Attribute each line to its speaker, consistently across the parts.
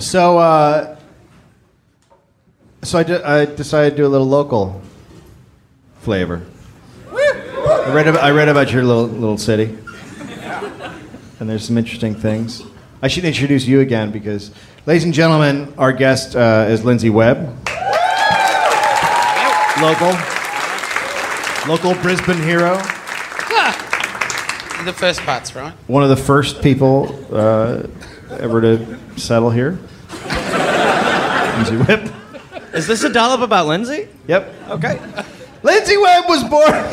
Speaker 1: So, uh, so I, de- I decided to do a little local flavor. I read, about, I read about your little, little city, and there's some interesting things. I should introduce you again because, ladies and gentlemen, our guest uh, is Lindsay Webb. Local. Local Brisbane hero.
Speaker 2: The first part's right.
Speaker 1: One of the first people uh, ever to settle here. Lindsay Webb.
Speaker 3: Is this a dollop about Lindsay?
Speaker 1: Yep.
Speaker 3: Okay.
Speaker 1: Lindsay Webb was born.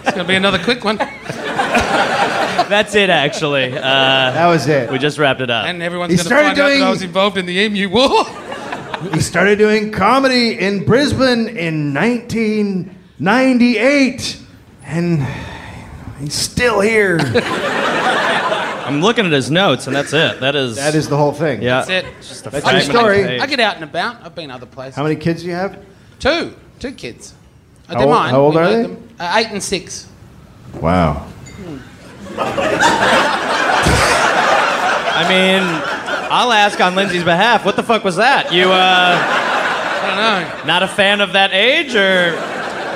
Speaker 2: It's going to be another quick one.
Speaker 3: That's it, actually. Uh,
Speaker 1: That was it.
Speaker 3: we just wrapped it up.
Speaker 2: And everyone's
Speaker 1: He
Speaker 2: going to
Speaker 1: started
Speaker 2: find out that
Speaker 1: doing-
Speaker 2: I was involved in the Emu War.
Speaker 1: He started doing comedy in Brisbane in 1998, and he's still here.
Speaker 3: I'm looking at his notes, and that's it. That is.
Speaker 1: that is the whole thing.
Speaker 3: Yeah.
Speaker 2: That's it. It's just a
Speaker 1: That's
Speaker 2: fragment
Speaker 1: your story.
Speaker 2: of the page. I get out and about. I've been other places.
Speaker 1: How many kids do you have?
Speaker 2: Two. Two kids. I
Speaker 1: How
Speaker 2: did
Speaker 1: old-
Speaker 2: mine.
Speaker 1: how old
Speaker 2: We
Speaker 1: are
Speaker 2: know
Speaker 1: they?
Speaker 2: them. Uh, eight and six.
Speaker 1: Wow.
Speaker 3: I mean, I'll ask on Lindsay's behalf. What the fuck was that? You uh,
Speaker 2: I don't know.
Speaker 3: not a fan of that age, or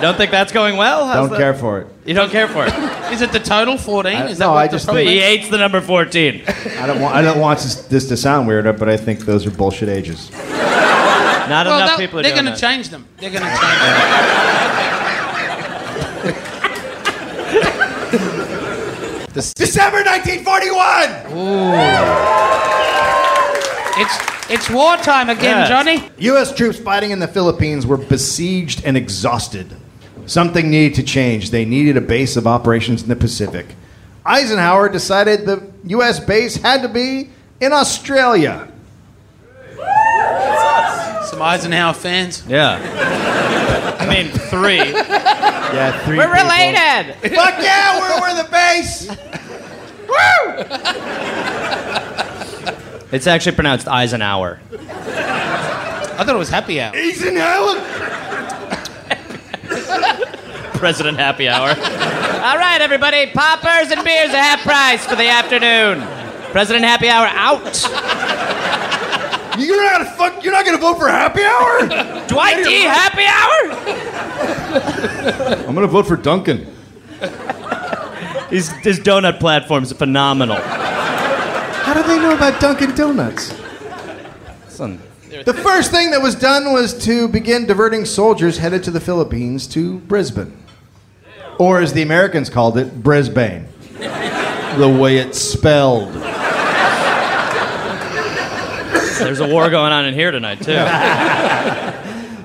Speaker 3: don't think that's going well? How's
Speaker 1: Don't
Speaker 3: that-
Speaker 1: care for it.
Speaker 3: You don't care for it.
Speaker 2: Is it the total 14?
Speaker 1: I-
Speaker 2: Is that
Speaker 1: Uh, no,
Speaker 2: what
Speaker 1: I
Speaker 2: the
Speaker 1: just
Speaker 2: problem
Speaker 3: he
Speaker 2: is?
Speaker 3: hates the number 14.
Speaker 1: I don't want. I don't want this, this to sound weird, but I think those are bullshit ages.
Speaker 3: Not
Speaker 2: Well,
Speaker 3: enough
Speaker 2: they'll-
Speaker 3: people are
Speaker 2: they're
Speaker 3: doing
Speaker 2: gonna
Speaker 3: that.
Speaker 2: change them. They're going to change them.
Speaker 1: December 1941.
Speaker 2: It's, it's wartime again,
Speaker 3: Yes.
Speaker 2: Johnny.
Speaker 1: U.S. troops fighting in the Philippines were besieged and exhausted. Something needed to change. They needed a base of operations in the Pacific. Eisenhower decided the U.S. base had to be in Australia.
Speaker 2: Some Eisenhower fans.
Speaker 3: Yeah. I mean, three.
Speaker 1: Yeah, three.
Speaker 3: We're related.
Speaker 1: Fuck yeah, we're, we're the base.
Speaker 3: It's actually pronounced Eisenhour.
Speaker 2: I thought it was happy hour.
Speaker 1: Eisenhower.
Speaker 3: President Happy Hour. All right, everybody, poppers and beers are half price for the afternoon. President Happy Hour out.
Speaker 1: You're not gonna fuck. You're not gonna vote for happy hour.
Speaker 3: Dwight D. Happy Hour.
Speaker 1: I'm gonna vote for Duncan.
Speaker 3: His, his donut platform's phenomenal.
Speaker 1: How do they know about Dunkin' Donuts?
Speaker 3: Listen,
Speaker 1: The first thing that was done was to begin diverting soldiers headed to the Philippines to Brisbane. Or as the Americans called it, Brisbane. the way it's spelled.
Speaker 3: there's a war going on in here tonight too.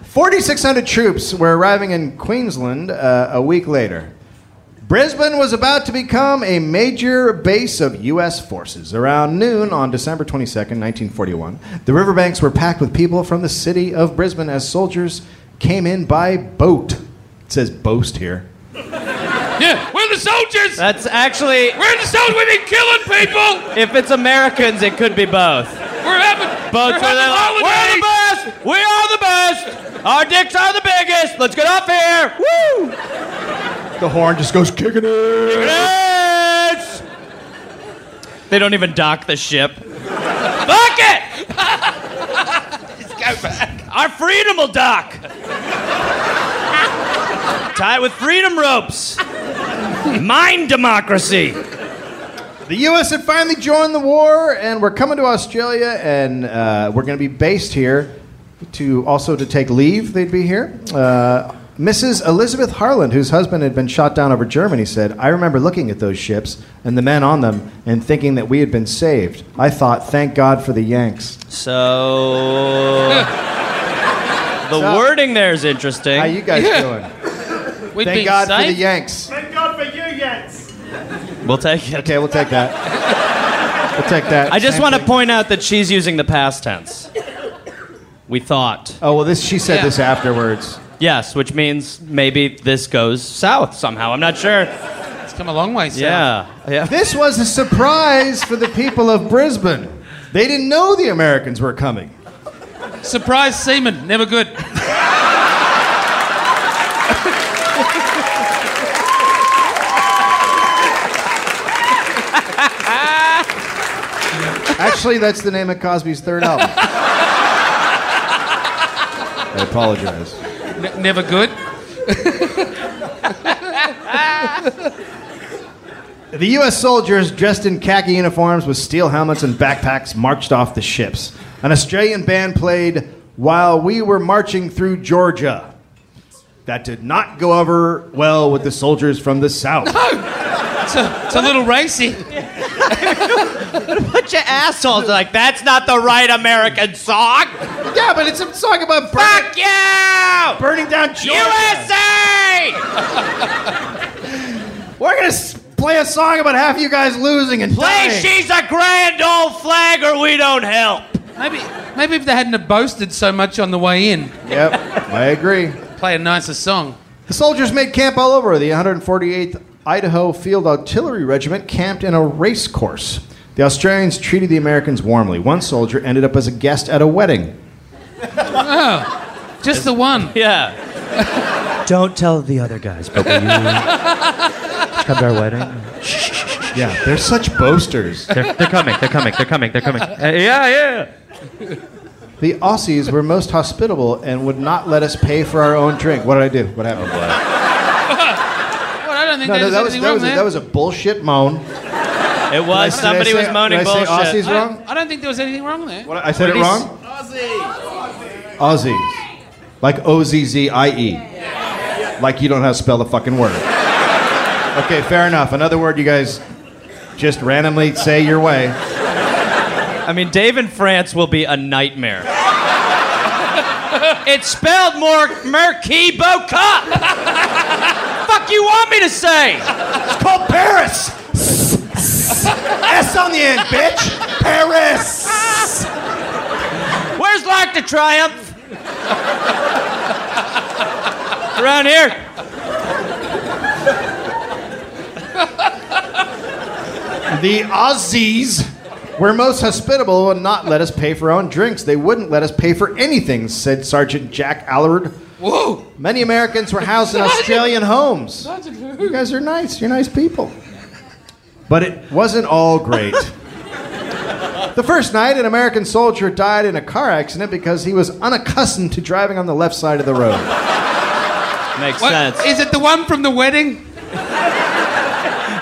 Speaker 1: 4,600 troops were arriving in Queensland uh, a week later. Brisbane was about to become a major base of U.S. forces. Around noon on December 22, 1941, the riverbanks were packed with people from the city of Brisbane as soldiers came in by boat. It says boast here.
Speaker 2: Yeah, we're the soldiers.
Speaker 3: That's actually,
Speaker 2: we're the soldiers. We've been killing people.
Speaker 3: if it's Americans, it could be both.
Speaker 2: We're having,
Speaker 3: Both
Speaker 2: we're
Speaker 3: were
Speaker 2: having
Speaker 3: the, we're the
Speaker 2: holidays.
Speaker 3: best. We are the best. Our dicks are the biggest. Let's get off here. Woo!
Speaker 1: The horn just goes kicking it.
Speaker 3: It's- They don't even dock the ship. Fuck it!
Speaker 2: Go back.
Speaker 3: Our freedom will dock. Tie it with freedom ropes. Mind democracy.
Speaker 1: The U.S. had finally joined the war, and we're coming to Australia, and uh, we're going to be based here to also to take leave. They'd be here. Uh, Mrs. Elizabeth Harland, whose husband had been shot down over Germany, said, "I remember looking at those ships and the men on them, and thinking that we had been saved. I thought, thank God for the Yanks."
Speaker 3: So the
Speaker 1: So-
Speaker 3: wording there is interesting.
Speaker 1: How you guys
Speaker 2: Yeah.
Speaker 1: doing?
Speaker 2: We've
Speaker 1: Thank
Speaker 2: been
Speaker 1: God for the
Speaker 2: saved.
Speaker 1: Yanks.
Speaker 4: Thank God for you, Yanks.
Speaker 3: we'll take it.
Speaker 1: Okay, we'll take that. We'll take that.
Speaker 3: I just
Speaker 1: Same
Speaker 3: want to
Speaker 1: thing.
Speaker 3: point out that she's using the past tense. We thought.
Speaker 1: Oh well, this she said
Speaker 2: Yeah.
Speaker 1: this afterwards.
Speaker 3: Yes, which means maybe this goes south somehow. I'm not sure.
Speaker 2: It's come a long way, sir.
Speaker 3: Yeah. Yeah.
Speaker 1: This was a surprise for the people of Brisbane. They didn't know the Americans were coming.
Speaker 2: Surprise semen, never good.
Speaker 1: Actually, that's the name of Cosby's third album. I apologize.
Speaker 2: N- never good.
Speaker 1: The U.S. soldiers, dressed in khaki uniforms with steel helmets and backpacks, marched off the ships. An Australian band played While We Were Marching Through Georgia. That did not go over well with the soldiers from the South.
Speaker 2: It's a, it's a little racy.
Speaker 3: Bunch of assholes. They're like, that's not the right American song.
Speaker 1: Yeah, but it's a song about
Speaker 3: Fuck you,
Speaker 1: burning down Georgia.
Speaker 3: USA.
Speaker 1: We're going to play a song about half you guys losing and
Speaker 3: Play
Speaker 1: dying.
Speaker 3: she's a grand old flag, or we don't help.
Speaker 2: Maybe, maybe if they hadn't have boasted so much on the way in,
Speaker 1: Yep, I agree.
Speaker 2: play a nicer song.
Speaker 1: The soldiers made camp all over. The 148th Idaho Field Artillery Regiment camped in a race course. The Australians treated the Americans warmly. One soldier ended up as a guest at a wedding.
Speaker 2: Just the one.
Speaker 3: Yeah.
Speaker 5: Don't tell the other guys, but will you come to our wedding?
Speaker 1: Yeah, they're such boasters.
Speaker 5: They're, they're coming. They're coming. They're coming. They're coming. Uh, yeah, yeah.
Speaker 1: The Aussies were most hospitable and would not let us pay for our own drink. What did I do? What happened?
Speaker 3: Oh,
Speaker 2: Well, I don't think
Speaker 1: No, no,
Speaker 2: there's
Speaker 1: that was
Speaker 2: anything
Speaker 1: that
Speaker 2: wrong
Speaker 1: was, a,
Speaker 2: there.
Speaker 1: that was a bullshit moan.
Speaker 3: It was.
Speaker 1: Did I- did I
Speaker 3: Somebody
Speaker 1: say-
Speaker 3: was moaning
Speaker 1: did I say
Speaker 3: bullshit.
Speaker 1: Aussies
Speaker 2: I,
Speaker 1: wrong?
Speaker 2: don't, I don't think there was anything wrong there.
Speaker 1: What, I said it
Speaker 2: It is-
Speaker 1: wrong? Aussies. Aussies. Like O Z Z I E. Like you don't know how to spell the fucking word. Okay, fair enough. Another word you guys just randomly say your way.
Speaker 3: I mean, Dave in France will be a nightmare. it's spelled more Merky Boca. Fuck you want me to say?
Speaker 1: It's called Paris! S on the end, bitch! Paris!
Speaker 3: Where's Lark the Triumph? Around here.
Speaker 1: The Aussies were most hospitable and not let us pay for our own drinks. They wouldn't let us pay for anything, said Sergeant Jack Allard.
Speaker 2: Whoa!
Speaker 1: Many Americans were housed in Australian homes. You guys are nice. You're nice people. But it wasn't all great. the first night, an American soldier died in a car accident because he was unaccustomed to driving on the left side of the road.
Speaker 3: Makes
Speaker 2: What,
Speaker 3: sense.
Speaker 2: is it the one from the wedding?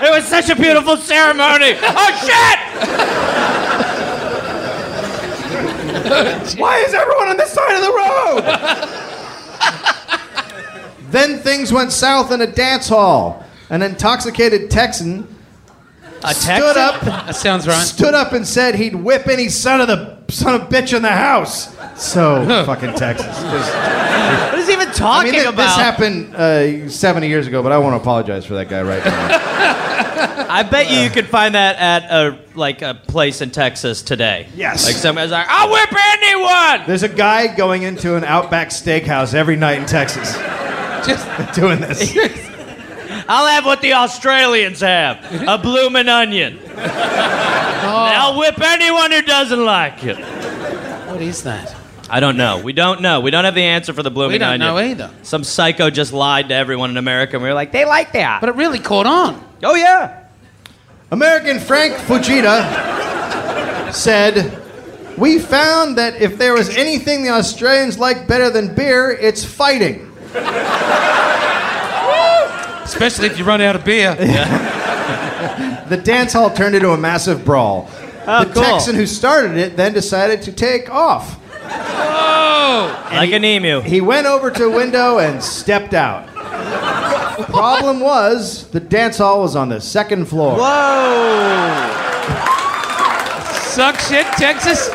Speaker 3: It was such a beautiful ceremony. Oh
Speaker 1: Why is everyone on this side of the road? then things went south in a dance hall. An intoxicated Texan
Speaker 3: shit! A
Speaker 1: stood up
Speaker 2: That sounds right.
Speaker 1: stood up and said he'd whip any son of the son of bitch in the house. So fucking Texas. Just-
Speaker 3: What is he even
Speaker 1: I
Speaker 3: talking
Speaker 1: mean, thi-
Speaker 3: about?
Speaker 1: this happened uh, 70 years ago, but I want to apologize for that guy right now.
Speaker 3: I bet you you could find that at a like a place in Texas today.
Speaker 1: Yes.
Speaker 3: Like somebody's like, I'll whip anyone.
Speaker 1: There's a guy going into an Outback Steakhouse every night in Texas
Speaker 2: Just
Speaker 1: doing this.
Speaker 3: I'll have what the Australians have, a bloomin' onion. And I'll whip anyone who doesn't like it.
Speaker 2: what is that?
Speaker 3: I don't know. We don't know. We don't have the answer for the bloomin'
Speaker 2: We don't
Speaker 3: onion.
Speaker 2: know either.
Speaker 3: Some psycho just lied to everyone in America, and we were like, they like that.
Speaker 2: But it really caught on.
Speaker 3: oh yeah.
Speaker 1: American Frank Fujita said, "We found that if there was anything the Australians like better than beer, it's fighting."
Speaker 2: Especially if you run out of beer.
Speaker 1: The dance hall turned into a massive brawl.
Speaker 3: Oh,
Speaker 1: the
Speaker 3: cool.
Speaker 1: Texan who started it then decided to take off.
Speaker 2: Oh!
Speaker 3: like an emu.
Speaker 1: He went over to a window and stepped out. Problem was, the dance hall was on the second floor.
Speaker 3: Whoa!
Speaker 2: Suck shit, Texas.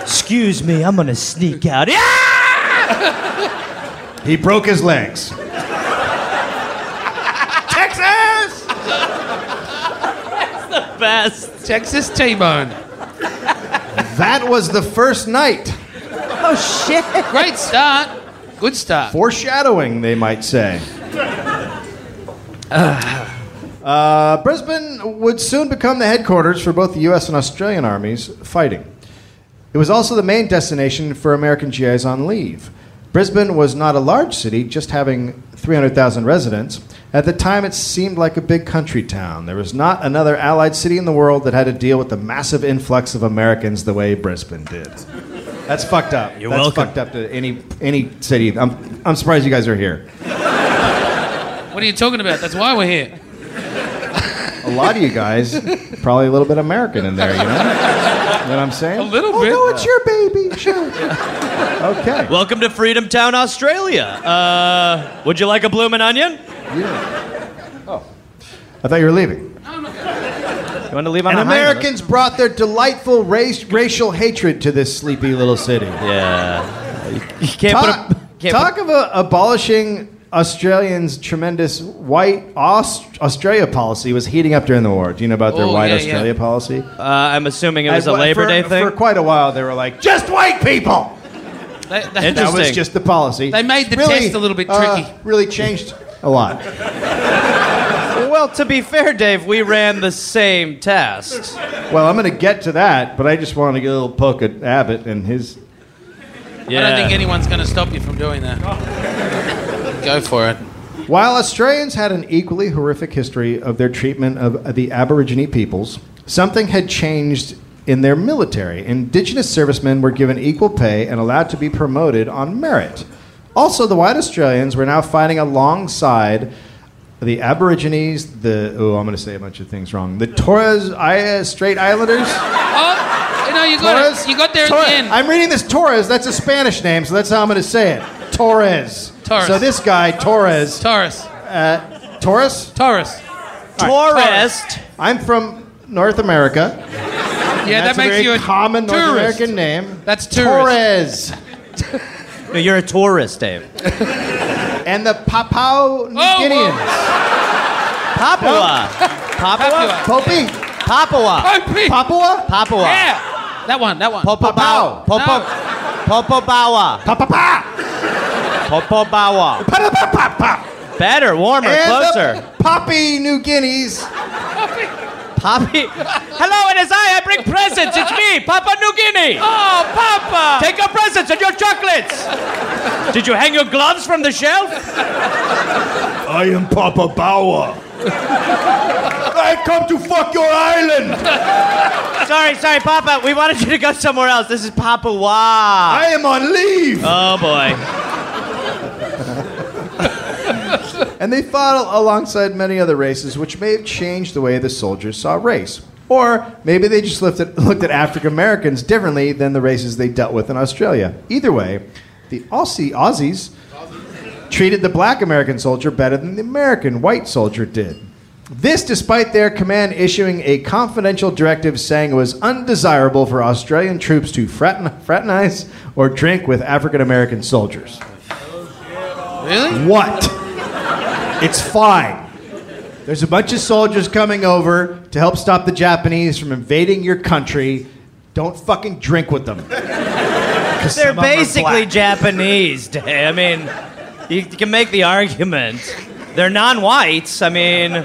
Speaker 5: Excuse me, I'm gonna sneak out.
Speaker 3: Howdy. Ah!
Speaker 1: He broke his legs. Texas!
Speaker 3: Best.
Speaker 2: Texas T-bone.
Speaker 1: That was the first night.
Speaker 5: Oh shit!
Speaker 2: Great start. Good start.
Speaker 1: Foreshadowing, they might say. Uh, Brisbane would soon become the headquarters for both the U.S. and Australian armies fighting. It was also the main destination for American GIs on leave. Brisbane was not a large city, just having 300,000 residents, At the time, it seemed like a big country town. There was not another allied city in the world that had to deal with the massive influx of Americans the way Brisbane did. That's fucked up.
Speaker 5: You're
Speaker 1: That's
Speaker 5: welcome.
Speaker 1: fucked up to any any city. I'm I'm surprised you guys are here.
Speaker 2: What are you talking about? That's why we're here.
Speaker 1: A lot of you guys, probably a little bit American in there. You know, you know what I'm saying?
Speaker 2: A little
Speaker 1: oh,
Speaker 2: bit.
Speaker 1: No, it's your baby. Sure. Okay.
Speaker 3: Welcome to Freedom Town, Australia. Uh, would you like a bloomin' onion?
Speaker 1: I thought you were leaving.
Speaker 3: You want to leave on
Speaker 1: And
Speaker 3: a high note?
Speaker 1: Americans brought their delightful race, racial hatred to this sleepy little city.
Speaker 3: Yeah. You can't
Speaker 1: Talk,
Speaker 3: put a, can't
Speaker 1: talk of uh, abolishing Australians' tremendous white Aus- Australia policy was heating up during the war. Do you know about their
Speaker 2: Oh,
Speaker 1: white
Speaker 2: yeah, yeah.
Speaker 1: Australia policy?
Speaker 3: Put, uh, I'm assuming it was
Speaker 1: At-
Speaker 3: a Labor
Speaker 1: for-
Speaker 3: Day
Speaker 1: For
Speaker 3: thing.
Speaker 1: quite a while, they were like, just white people!
Speaker 2: They, they-
Speaker 3: Interesting.
Speaker 1: That was just the policy.
Speaker 2: They made the test a little bit
Speaker 1: uh,
Speaker 2: tricky.
Speaker 1: really changed a lot.
Speaker 3: well, to be fair, Dave, we ran the same test.
Speaker 1: Well, I'm going to get to that, but I just want to get a little poke at Abbott and his.
Speaker 3: Yeah.
Speaker 2: I don't think anyone's going to stop you from doing that. Go for it.
Speaker 1: While Australians had an equally horrific history of their treatment of the Aborigine peoples, something had changed in their military. Indigenous servicemen were given equal pay and allowed to be promoted on merit. Also, the white Australians were now fighting alongside the Aborigines, the. Oh, I'm going to say a bunch of things wrong. The Torres I, uh, Strait Islanders.
Speaker 2: Oh, you know, you got
Speaker 1: Torres?
Speaker 2: it. You got there at
Speaker 1: Torres.
Speaker 2: the end.
Speaker 1: I'm reading this Torres. That's a Spanish name, so that's how I'm going to say it. Torres.
Speaker 2: Torres.
Speaker 1: So this guy, Torres.
Speaker 2: Taurus.
Speaker 1: Torres?
Speaker 2: Taurus.
Speaker 3: Taurus.
Speaker 1: I'm from North America.
Speaker 2: Yeah,
Speaker 1: that's
Speaker 2: that makes
Speaker 1: a very
Speaker 2: you a
Speaker 1: common North
Speaker 2: tourist.
Speaker 1: American name.
Speaker 2: That's
Speaker 1: Torres.
Speaker 2: tourist.
Speaker 3: No, you're a tourist, Dave.
Speaker 1: And the Papua New
Speaker 2: whoa.
Speaker 1: Guineans.
Speaker 3: Papua. Papua.
Speaker 1: Popi?
Speaker 3: Papua.
Speaker 2: Oh, Pete.
Speaker 1: Papua?
Speaker 3: Papua.
Speaker 2: Yeah. That one. That one.
Speaker 3: Popobau. Popo. Popobawa.
Speaker 1: Papapa!
Speaker 3: Popobawa.
Speaker 1: Papapa!
Speaker 3: Better, warmer,
Speaker 1: And
Speaker 3: closer.
Speaker 1: the Papua New Guineas.
Speaker 3: Poppy. Hello, it is I. I bring presents. It's me, Papa New Guinea.
Speaker 2: Oh, Papa.
Speaker 3: Take your presents and your chocolates. Did you hang your gloves from the shelf?
Speaker 1: I am Papa Bawa. I come to fuck your island.
Speaker 3: Sorry, sorry, Papa. We wanted you to go somewhere else. This is Papa Wow.
Speaker 1: am on leave.
Speaker 3: Oh boy.
Speaker 1: and they fought alongside many other races, which may have changed the way the soldiers saw race. Or maybe they just looked at, looked at African Americans differently than the races they dealt with in Australia. Either way, the Aussie Aussies treated the black American soldier better than the American white soldier did. This, despite their command issuing a confidential directive saying it was undesirable for Australian troops to fraterni- fraternize or drink with African American soldiers.
Speaker 2: Really?
Speaker 1: What? It's fine. There's a bunch of soldiers coming over to help stop the Japanese from invading your country. Don't fucking drink with them. 'Cause
Speaker 3: They're
Speaker 1: some of 'em are
Speaker 3: basically
Speaker 1: black.
Speaker 3: Japanese. Dave. I mean, you can make the argument. They're non-whites. I mean,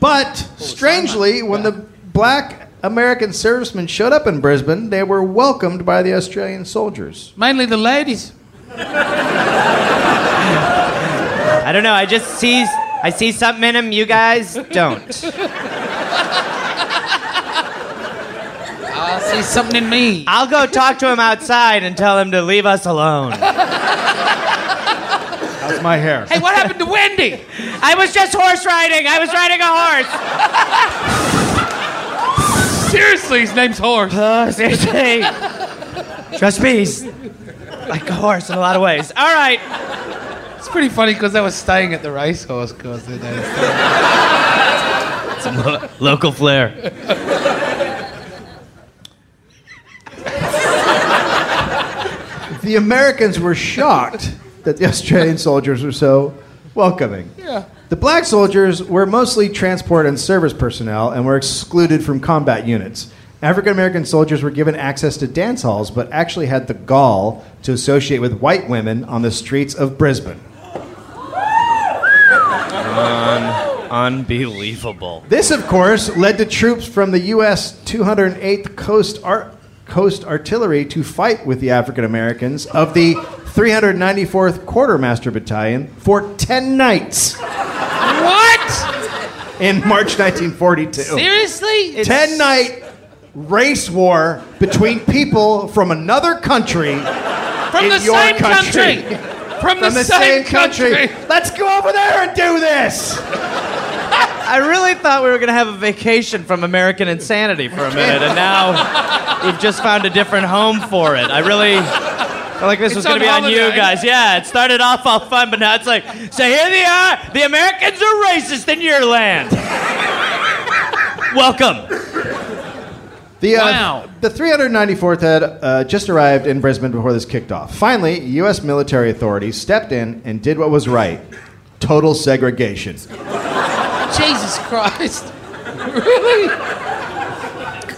Speaker 1: But strangely, when the black American servicemen showed up in Brisbane, they were welcomed by the Australian soldiers.
Speaker 2: Mainly the ladies.
Speaker 3: I don't know. I just see I see something in him. You guys don't.
Speaker 2: I see something in me.
Speaker 3: I'll go talk to him outside and tell him to leave us alone.
Speaker 1: How's my hair?
Speaker 2: Hey, what happened to Wendy?
Speaker 3: I was just horse riding. I was riding a horse.
Speaker 2: Seriously, his name's Horse.
Speaker 3: Oh, seriously. Trust me, he's like a horse in a lot of ways. All right.
Speaker 2: It's pretty funny because they were staying at the racehorse course. They they-
Speaker 3: local flair.
Speaker 1: The Americans were shocked that the Australian soldiers were so welcoming.
Speaker 2: Yeah.
Speaker 1: The black soldiers were mostly transport and service personnel and were excluded from combat units. African American soldiers were given access to dance halls, but actually had the gall to associate with white women on the streets of Brisbane.
Speaker 3: Unbelievable.
Speaker 1: This, of course, led to troops from the U.S. 208th Coast, Ar- Coast Artillery to fight with the African Americans of the 394th Quartermaster Battalion for 10 nights
Speaker 2: What?
Speaker 1: in March 1942.
Speaker 2: Seriously?
Speaker 1: 10 night race war between people from another country.
Speaker 2: From
Speaker 1: in
Speaker 2: the
Speaker 1: your
Speaker 2: same
Speaker 1: country.
Speaker 2: country. From the,
Speaker 1: From the same country.
Speaker 2: country.
Speaker 1: Let's go over there and do this.
Speaker 3: I really thought we were going to have a vacation from American Insanity for a minute, and now we've just found a different home for it. I really felt like this was
Speaker 2: It's
Speaker 3: going to be
Speaker 2: on
Speaker 3: on you
Speaker 2: holiday.
Speaker 3: guys. Yeah, it started off all fun, but now it's like, so here they are. The Americans are racist in your land. Welcome.
Speaker 1: The, uh,
Speaker 2: Wow.
Speaker 1: The 394th had uh, just arrived in Brisbane before this kicked off. Finally, U.S. military authorities stepped in and did what was right total segregation.
Speaker 2: Jesus Christ. Really?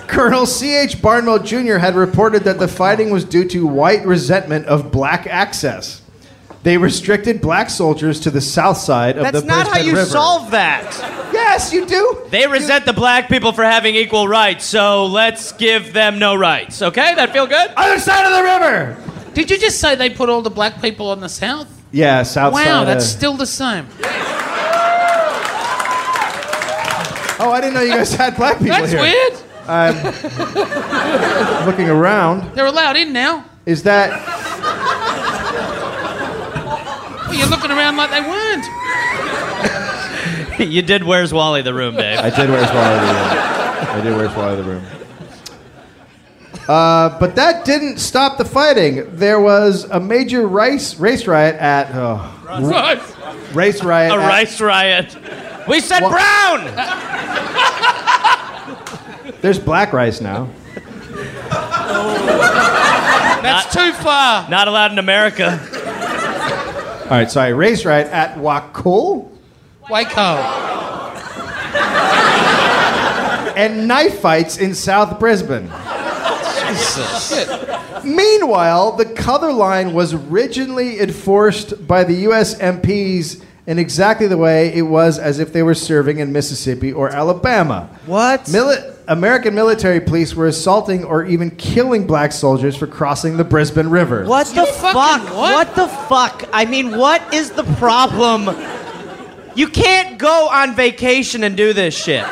Speaker 1: Colonel C.H. Barnwell Jr. had reported that the fighting was due to white resentment of black access. They restricted black soldiers to the south side of
Speaker 3: That's
Speaker 1: the
Speaker 3: not how
Speaker 1: Brisbane
Speaker 3: you
Speaker 1: River.
Speaker 3: solve that.
Speaker 1: Yes, you do.
Speaker 3: They resent the black people for having equal rights, so let's give them no rights. Okay, that feel good?
Speaker 1: Other side of the river.
Speaker 2: Did you just say they put all the black people on the south?
Speaker 1: Yeah, south side.
Speaker 2: Wow,
Speaker 1: of-
Speaker 2: that's still the same.
Speaker 1: oh, I didn't know you guys had black people
Speaker 2: That's
Speaker 1: here.
Speaker 2: weird.
Speaker 1: Looking around,
Speaker 2: They're allowed in now.
Speaker 1: is that
Speaker 2: Well, you're looking around like they weren't.
Speaker 3: you did Where's Wally the room, Dave.
Speaker 1: I did wear swallow the room. I did wear swallow the room. Uh, but that didn't stop the fighting. There was a major race race riot at oh,
Speaker 2: Right.
Speaker 1: race riot
Speaker 3: a
Speaker 1: at-
Speaker 3: rice riot. We said
Speaker 1: What?
Speaker 3: brown.
Speaker 1: There's black rice now.
Speaker 2: That's too far.
Speaker 3: Not allowed in America.
Speaker 1: All right, sorry. Race riot at Wakul
Speaker 2: Waco.
Speaker 1: and knife fights in South Brisbane. Meanwhile, the color line was rigidly enforced by the U.S. MPs in exactly the way it was as if they were serving in Mississippi or Alabama.
Speaker 5: What?
Speaker 1: Mili- American military police were assaulting or even killing black soldiers for crossing the Brisbane River.
Speaker 5: what the
Speaker 2: fucking
Speaker 5: fuck?
Speaker 2: what?
Speaker 5: What?
Speaker 3: the fuck? I mean, what is the problem? You can't go on vacation and do this shit.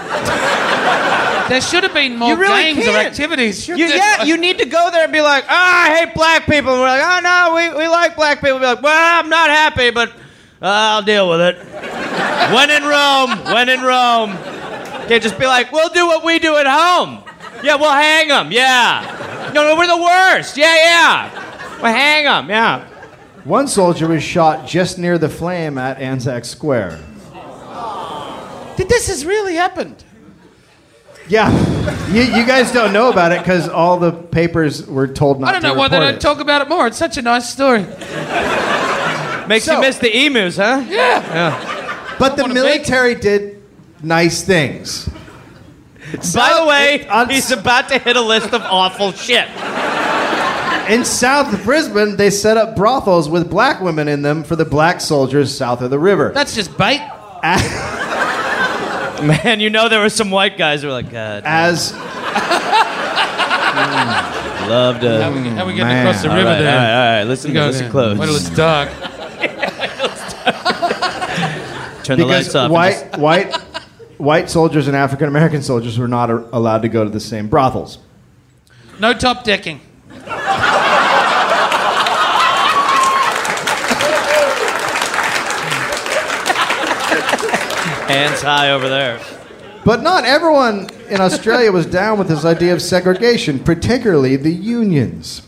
Speaker 2: There should have been more
Speaker 3: You really
Speaker 2: games or
Speaker 3: can't.
Speaker 2: activities.
Speaker 3: You, yeah, you need to go there and be like, oh, I hate black people. And we're like, oh no, we, we like black people. Be like, well, I'm not happy, but uh, I'll deal with it. when in Rome, when in Rome. Can't just be like, we'll do what we do at home. Yeah, we'll hang them. Yeah. No, no, we're the worst. Yeah, yeah. We'll hang them. Yeah.
Speaker 1: One soldier was shot just near the flame at Anzac Square.
Speaker 2: This has really happened.
Speaker 1: Yeah, you, you guys don't know about it because all the papers were told not
Speaker 2: I
Speaker 1: to
Speaker 2: don't know why they
Speaker 1: report
Speaker 2: don't
Speaker 1: it.
Speaker 2: talk about it more. It's such a nice story.
Speaker 3: Makes
Speaker 1: So-
Speaker 3: you miss the emus, huh?
Speaker 2: Yeah.
Speaker 1: But the
Speaker 2: wanna bake.
Speaker 1: military did nice things.
Speaker 3: By the way,
Speaker 1: it- on-
Speaker 3: he's about to hit a list of awful shit.
Speaker 1: In South Brisbane, they set up brothels with black women in them for the black soldiers south of the river.
Speaker 2: That's just bait.
Speaker 3: Oh, Man, you know there were some white guys who were like,
Speaker 2: Ah.
Speaker 3: God,
Speaker 1: As
Speaker 3: loved it.
Speaker 2: How we, how we getting
Speaker 1: man.
Speaker 2: across the river
Speaker 3: all right,
Speaker 2: there?
Speaker 3: All right, all right. Listen,
Speaker 2: Go
Speaker 3: listen
Speaker 2: there.
Speaker 3: close.
Speaker 2: Wait till it's dark.
Speaker 3: Turn the
Speaker 1: because
Speaker 3: lights off. and
Speaker 1: white
Speaker 3: just-
Speaker 1: white white soldiers and African American soldiers were not a- allowed to go to the same brothels.
Speaker 2: No top decking.
Speaker 3: hands high over there.
Speaker 1: But not everyone in Australia was down with this idea of segregation, particularly the unions.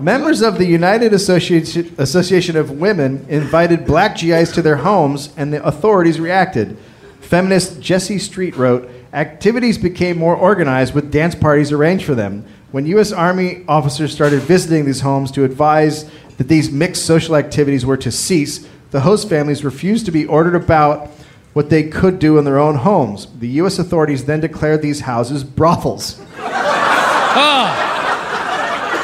Speaker 1: Members of the United Association, Association of Women invited black GIs to their homes, and the authorities reacted. Feminist Jessie Street wrote Activities became more organized with dance parties arranged for them. When U.S. Army officers started visiting these homes to advise that these mixed social activities were to cease, the host families refused to be ordered about what they could do in their own homes. The U.S. authorities then declared these houses brothels.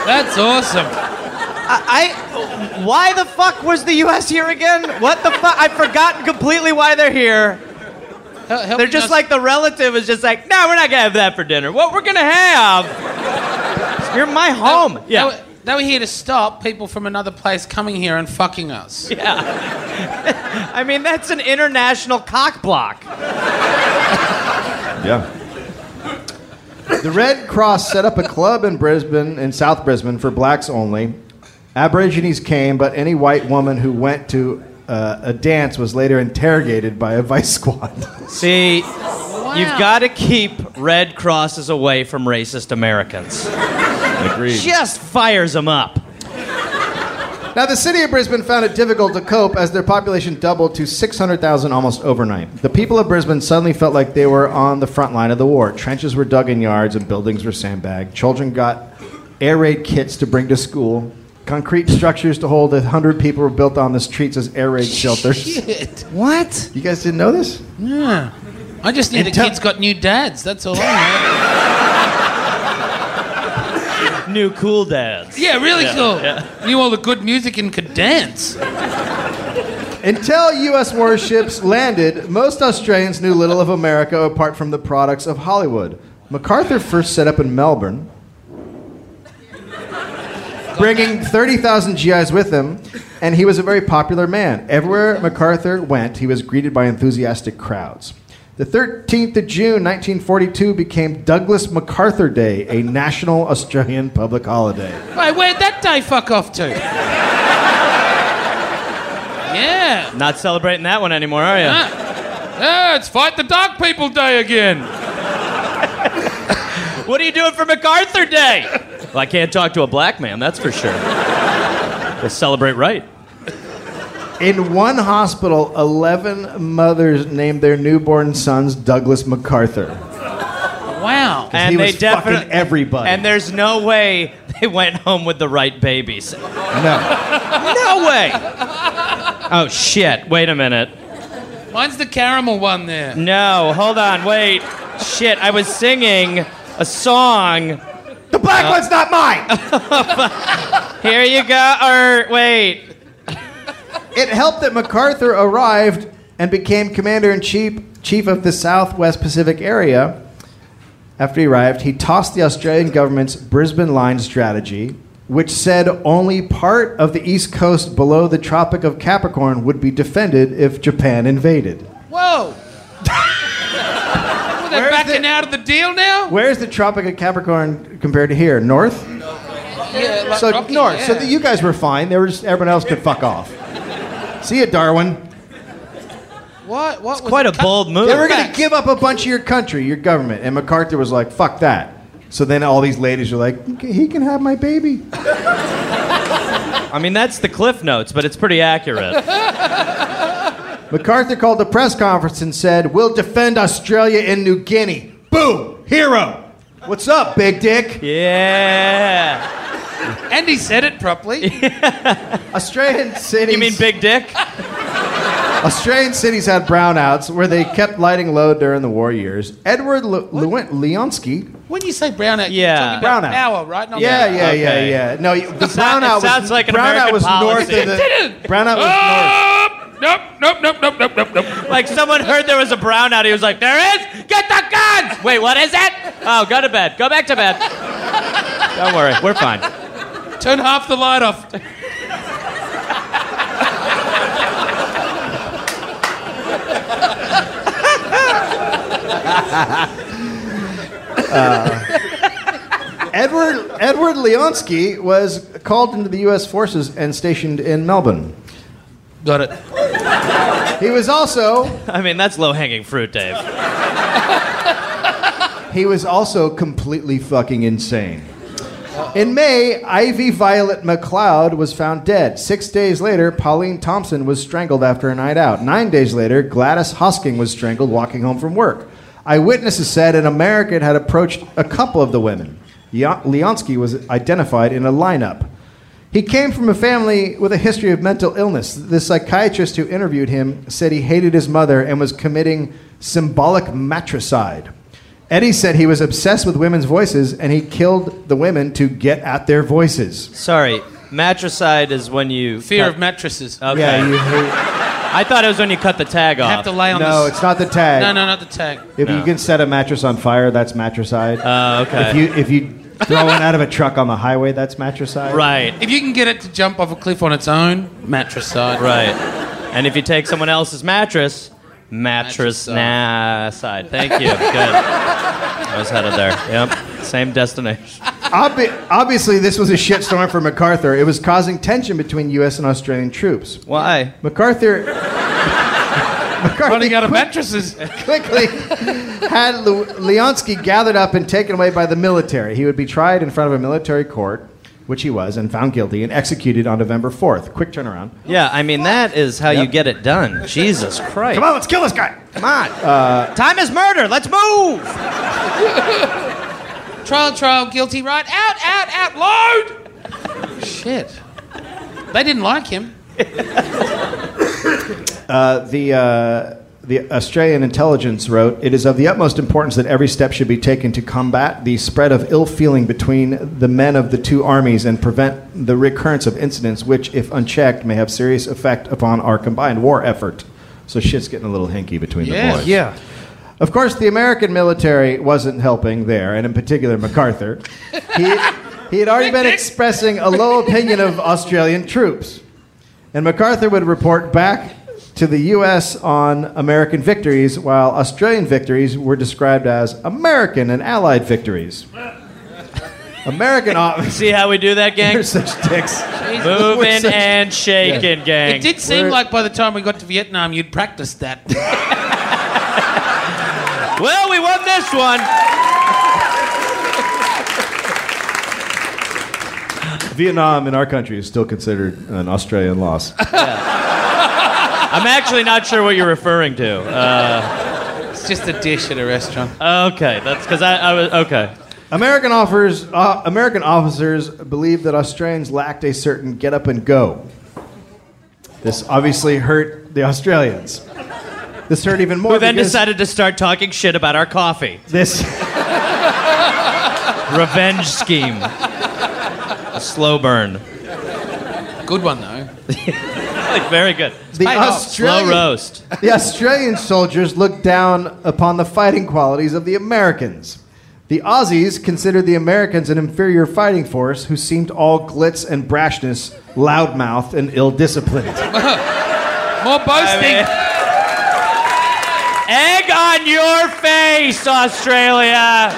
Speaker 2: That's awesome.
Speaker 3: I, why the fuck was the U.S. here again? What the fuck? I've forgotten completely why they're here.
Speaker 2: Hel- helping
Speaker 3: They're just
Speaker 2: us-
Speaker 3: like the relative is just like, no, we're not gonna have that for dinner. What we're gonna have? You're my home.
Speaker 2: That-
Speaker 3: yeah.
Speaker 2: that- They were here to stop people from another place coming here and fucking us.
Speaker 3: I mean, that's an international cock block.
Speaker 1: Yeah. The Red Cross set up a club in Brisbane, in South Brisbane, for blacks only. Aborigines came, but any white woman who went to uh, a dance was later interrogated by a vice squad.
Speaker 3: See, you've got to keep Red Crosses away from racist Americans.
Speaker 6: Agreed.
Speaker 3: Just fires them up.
Speaker 1: Now, the city of Brisbane found it difficult to cope as their population doubled to 600,000 almost overnight. The people of Brisbane suddenly felt like they were on the front line of the war. Trenches were dug in yards and buildings were sandbagged. Children got air raid kits to bring to school. Concrete structures to hold 100 people were built on the streets as air raid shelters.
Speaker 2: Shit.
Speaker 5: What?
Speaker 1: You guys didn't know this?
Speaker 2: Yeah. I just knew
Speaker 1: And
Speaker 2: the
Speaker 1: tell-
Speaker 2: kids got new dads. That's all I know.
Speaker 3: New cool dads.
Speaker 2: yeah, really cool. Knew all the good music and could dance.
Speaker 1: Until U.S. warships landed, most Australians knew little of America apart from the products of Hollywood. MacArthur first set up in Melbourne, bringing 30,000 GIs with him, and he was a very popular man. Everywhere MacArthur went, he was greeted by enthusiastic crowds. The 13th of June, 1942, became Douglas MacArthur Day, a national Australian public holiday.
Speaker 2: Wait, where'd that day fuck off to? yeah.
Speaker 3: Not celebrating that one anymore, are you?
Speaker 2: Yeah, it's Fight the Dark People Day again.
Speaker 3: What are you doing for MacArthur Day? well, I can't talk to a black man, that's for sure. We'll celebrate right.
Speaker 1: In one hospital, 11 mothers named their newborn sons Douglas MacArthur.
Speaker 2: Wow.
Speaker 3: And
Speaker 1: he
Speaker 3: they
Speaker 1: was
Speaker 3: defi-
Speaker 1: fucking everybody.
Speaker 3: And there's no way they went home with the right babies.
Speaker 1: No.
Speaker 3: No way. Oh shit! Wait a minute.
Speaker 2: Mine's the caramel one there.
Speaker 3: No, hold on. Wait. Shit! I was singing a song.
Speaker 1: The black one's not mine!
Speaker 3: Here you go. Or wait.
Speaker 1: It helped that MacArthur arrived and became commander in chief, chief of the Southwest Pacific area. After he arrived, he tossed the Australian government's Brisbane Line strategy, which said only part of the east coast below the Tropic of Capricorn would be defended if Japan invaded.
Speaker 2: Whoa. well, they're
Speaker 1: Where's
Speaker 2: backing
Speaker 1: the-
Speaker 2: out of the deal now?
Speaker 1: Where's the Tropic of Capricorn compared to here? North?
Speaker 2: Yeah, like
Speaker 1: So
Speaker 2: Rocky,
Speaker 1: north. So
Speaker 2: yeah.
Speaker 1: that you guys were fine. There was everyone else could fuck off. See ya, Darwin.
Speaker 2: What? What? was
Speaker 3: Quite a
Speaker 2: it? Cut-
Speaker 3: bold move.
Speaker 1: They were going
Speaker 2: Facts.
Speaker 1: to give up a bunch of your country, your government, and MacArthur was like, "Fuck that." So then all these ladies were like, "Okay, "He can have my baby."
Speaker 3: I mean, that's the Cliff Notes, but it's pretty accurate.
Speaker 1: MacArthur called a press conference and said, "We'll defend Australia and New Guinea." Boom, hero. What's up, big dick?
Speaker 3: Yeah.
Speaker 2: And he said it properly.
Speaker 1: Australian cities.
Speaker 3: You mean Big Dick?
Speaker 1: Australian cities had brownouts where they kept lighting low during the war years. Edward Le- Lewin- Leonsky.
Speaker 2: When you say brownout,
Speaker 3: Yeah.
Speaker 2: you're talking about
Speaker 1: Brownout.
Speaker 2: power, right? Not
Speaker 1: Yeah, yeah,
Speaker 3: Okay.
Speaker 1: yeah, yeah. No, you- the
Speaker 3: sou- it
Speaker 1: brownout
Speaker 3: sounds
Speaker 1: was
Speaker 3: like an
Speaker 1: brownout
Speaker 3: American
Speaker 1: was north
Speaker 3: policy. Ah!
Speaker 1: of the brownout was
Speaker 2: Nope, nope, nope, nope, nope, nope, nope.
Speaker 3: Like someone heard there was a brownout. He was like, "There is. Get the guns." Wait, what is it? Oh, go to bed. Go back to bed. Don't worry, we're fine.
Speaker 2: Turn half the light off.
Speaker 1: north. Edward Edward Leonsky was called into the U.S. forces and stationed in Melbourne.
Speaker 2: Got it.
Speaker 1: He was also
Speaker 3: I mean, that's low-hanging fruit, Dave.
Speaker 1: he was also completely fucking insane. In May, Ivy Violet McLeod was found dead. Six days later, Pauline Thompson was strangled after a night out. Nine days later, Gladys Hosking was strangled walking home from work. Eyewitnesses said an American had approached a couple of the women. Yo- Leonsky was identified in a lineup. He came from a family with a history of mental illness. The psychiatrist who interviewed him said he hated his mother and was committing symbolic matricide. Eddie said he was obsessed with women's voices and he killed the women to get at their voices.
Speaker 3: Sorry, matricide is when you
Speaker 2: Fear
Speaker 3: cut-
Speaker 2: of
Speaker 1: Oh,
Speaker 2: mattresses.
Speaker 3: Okay.
Speaker 1: Yeah, you hate,
Speaker 3: I thought it was when you cut the tag
Speaker 2: I
Speaker 3: off.
Speaker 2: have to lay on
Speaker 1: no,
Speaker 2: this.
Speaker 1: it's not the tag.
Speaker 2: No, no, not the tag.
Speaker 1: If you can set a mattress on fire, that's matricide.
Speaker 3: Oh, okay.
Speaker 1: If you if you Throw one out of a truck on the highway, that's matricide.
Speaker 3: Right,
Speaker 2: If you can get it to jump off a cliff on its own, mattress side.
Speaker 3: right. And if you take someone else's mattress,
Speaker 2: Mattress
Speaker 3: mattress nah, side. Thank you. Good. I was headed there. Yep. Same destination.
Speaker 1: Obvi- obviously, this was a shitstorm for MacArthur. It was causing tension between U.S. and Australian troops.
Speaker 3: Why?
Speaker 1: MacArthur. MacArthur
Speaker 2: Running out of mattresses.
Speaker 1: quickly had Lu- Leonsky gathered up and taken away by the military. He would be tried in front of a military court, which he was, and found guilty and executed on November 4th. Quick turnaround.
Speaker 3: Yeah, I mean that is how you get it done. Jesus Christ.
Speaker 1: Come on, let's kill this guy.
Speaker 3: Come on. Time is murder. Let's move.
Speaker 2: trial, trial, guilty, right? Out, out, out, load! Shit. They didn't like him.
Speaker 1: Uh, the. Uh, the Australian intelligence wrote, It is of the utmost importance that every step should be taken to combat the spread of ill feeling between the men of the two armies and prevent the recurrence of incidents which, if unchecked, may have serious effect upon our combined war effort. So shit's getting a little hinky between
Speaker 2: Yeah.
Speaker 1: the boys.
Speaker 5: Yeah.
Speaker 1: Of course, the American military wasn't helping there, and in particular MacArthur. He, he had already been expressing a low opinion of Australian troops. And MacArthur would report back to the U.S. on American victories, while Australian victories were described as American and Allied victories. American officers
Speaker 3: See how we do that, gang?
Speaker 1: are such dicks.
Speaker 3: Moving and shaking, gang.
Speaker 2: It did seem
Speaker 1: We're-
Speaker 2: like by the time we got to Vietnam, you'd practiced that.
Speaker 3: Well, we won this one.
Speaker 1: Vietnam in our country is still considered an Australian loss.
Speaker 3: I'm actually not sure what you're referring to.
Speaker 2: it's just a dish at a restaurant.
Speaker 3: Uh, okay, that's because I, I was okay.
Speaker 1: American, offers, uh, American officers believed that Australians lacked a certain get up and go. This obviously hurt the Australians. This hurt even more.
Speaker 3: Who then
Speaker 1: because
Speaker 3: decided to start talking shit about our coffee?
Speaker 1: This,
Speaker 3: Revenge scheme. A slow burn.
Speaker 2: Good one, though.
Speaker 3: Like, very good.
Speaker 1: the,
Speaker 2: Hey, no,
Speaker 3: Slow
Speaker 1: Australian,
Speaker 3: roast.
Speaker 1: the Australian soldiers looked down upon the fighting qualities of the Americans. The Aussies considered the Americans an inferior fighting force who seemed all glitz and brashness, loudmouthed, and ill disciplined.
Speaker 2: More boasting.
Speaker 3: Egg on your face, Australia.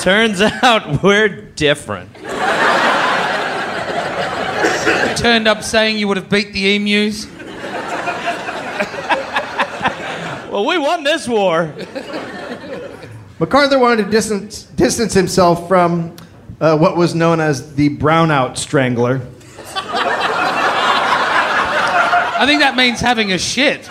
Speaker 3: Turns out we're different.
Speaker 2: Turned up saying you would have beat the emus.
Speaker 3: Well, we won this war.
Speaker 1: MacArthur wanted to distance, distance himself from uh, what was known as the brownout strangler.
Speaker 2: I think that means having a shit.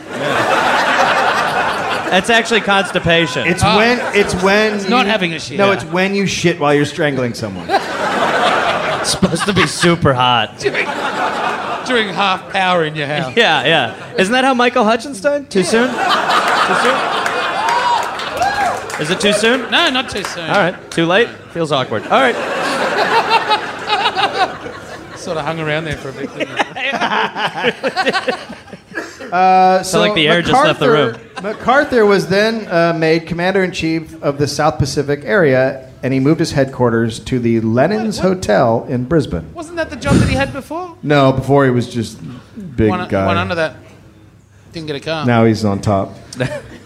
Speaker 3: That's actually constipation.
Speaker 1: It's when it's when it's
Speaker 2: not having a shit.
Speaker 1: No, it's when you shit while you're strangling someone.
Speaker 3: It's supposed to be super hot.
Speaker 2: Doing, doing half power in your house.
Speaker 3: Yeah, yeah. Isn't that how Michael Hutchins died? Too soon? Too soon? Is it too soon?
Speaker 2: No, not too soon.
Speaker 3: All right. Too late? Feels awkward. All right.
Speaker 2: Sort of hung around there for a bit. didn't I?
Speaker 1: Uh, so
Speaker 3: like the air just left the room.
Speaker 1: MacArthur was then uh, made commander in chief of the South Pacific area, and he moved his headquarters to the Lennon's Hotel in Brisbane.
Speaker 2: Wasn't that the job that he had before?
Speaker 1: No, before he was just big
Speaker 2: one,
Speaker 1: guy.
Speaker 2: one under that. Didn't get a car.
Speaker 1: Now he's on top.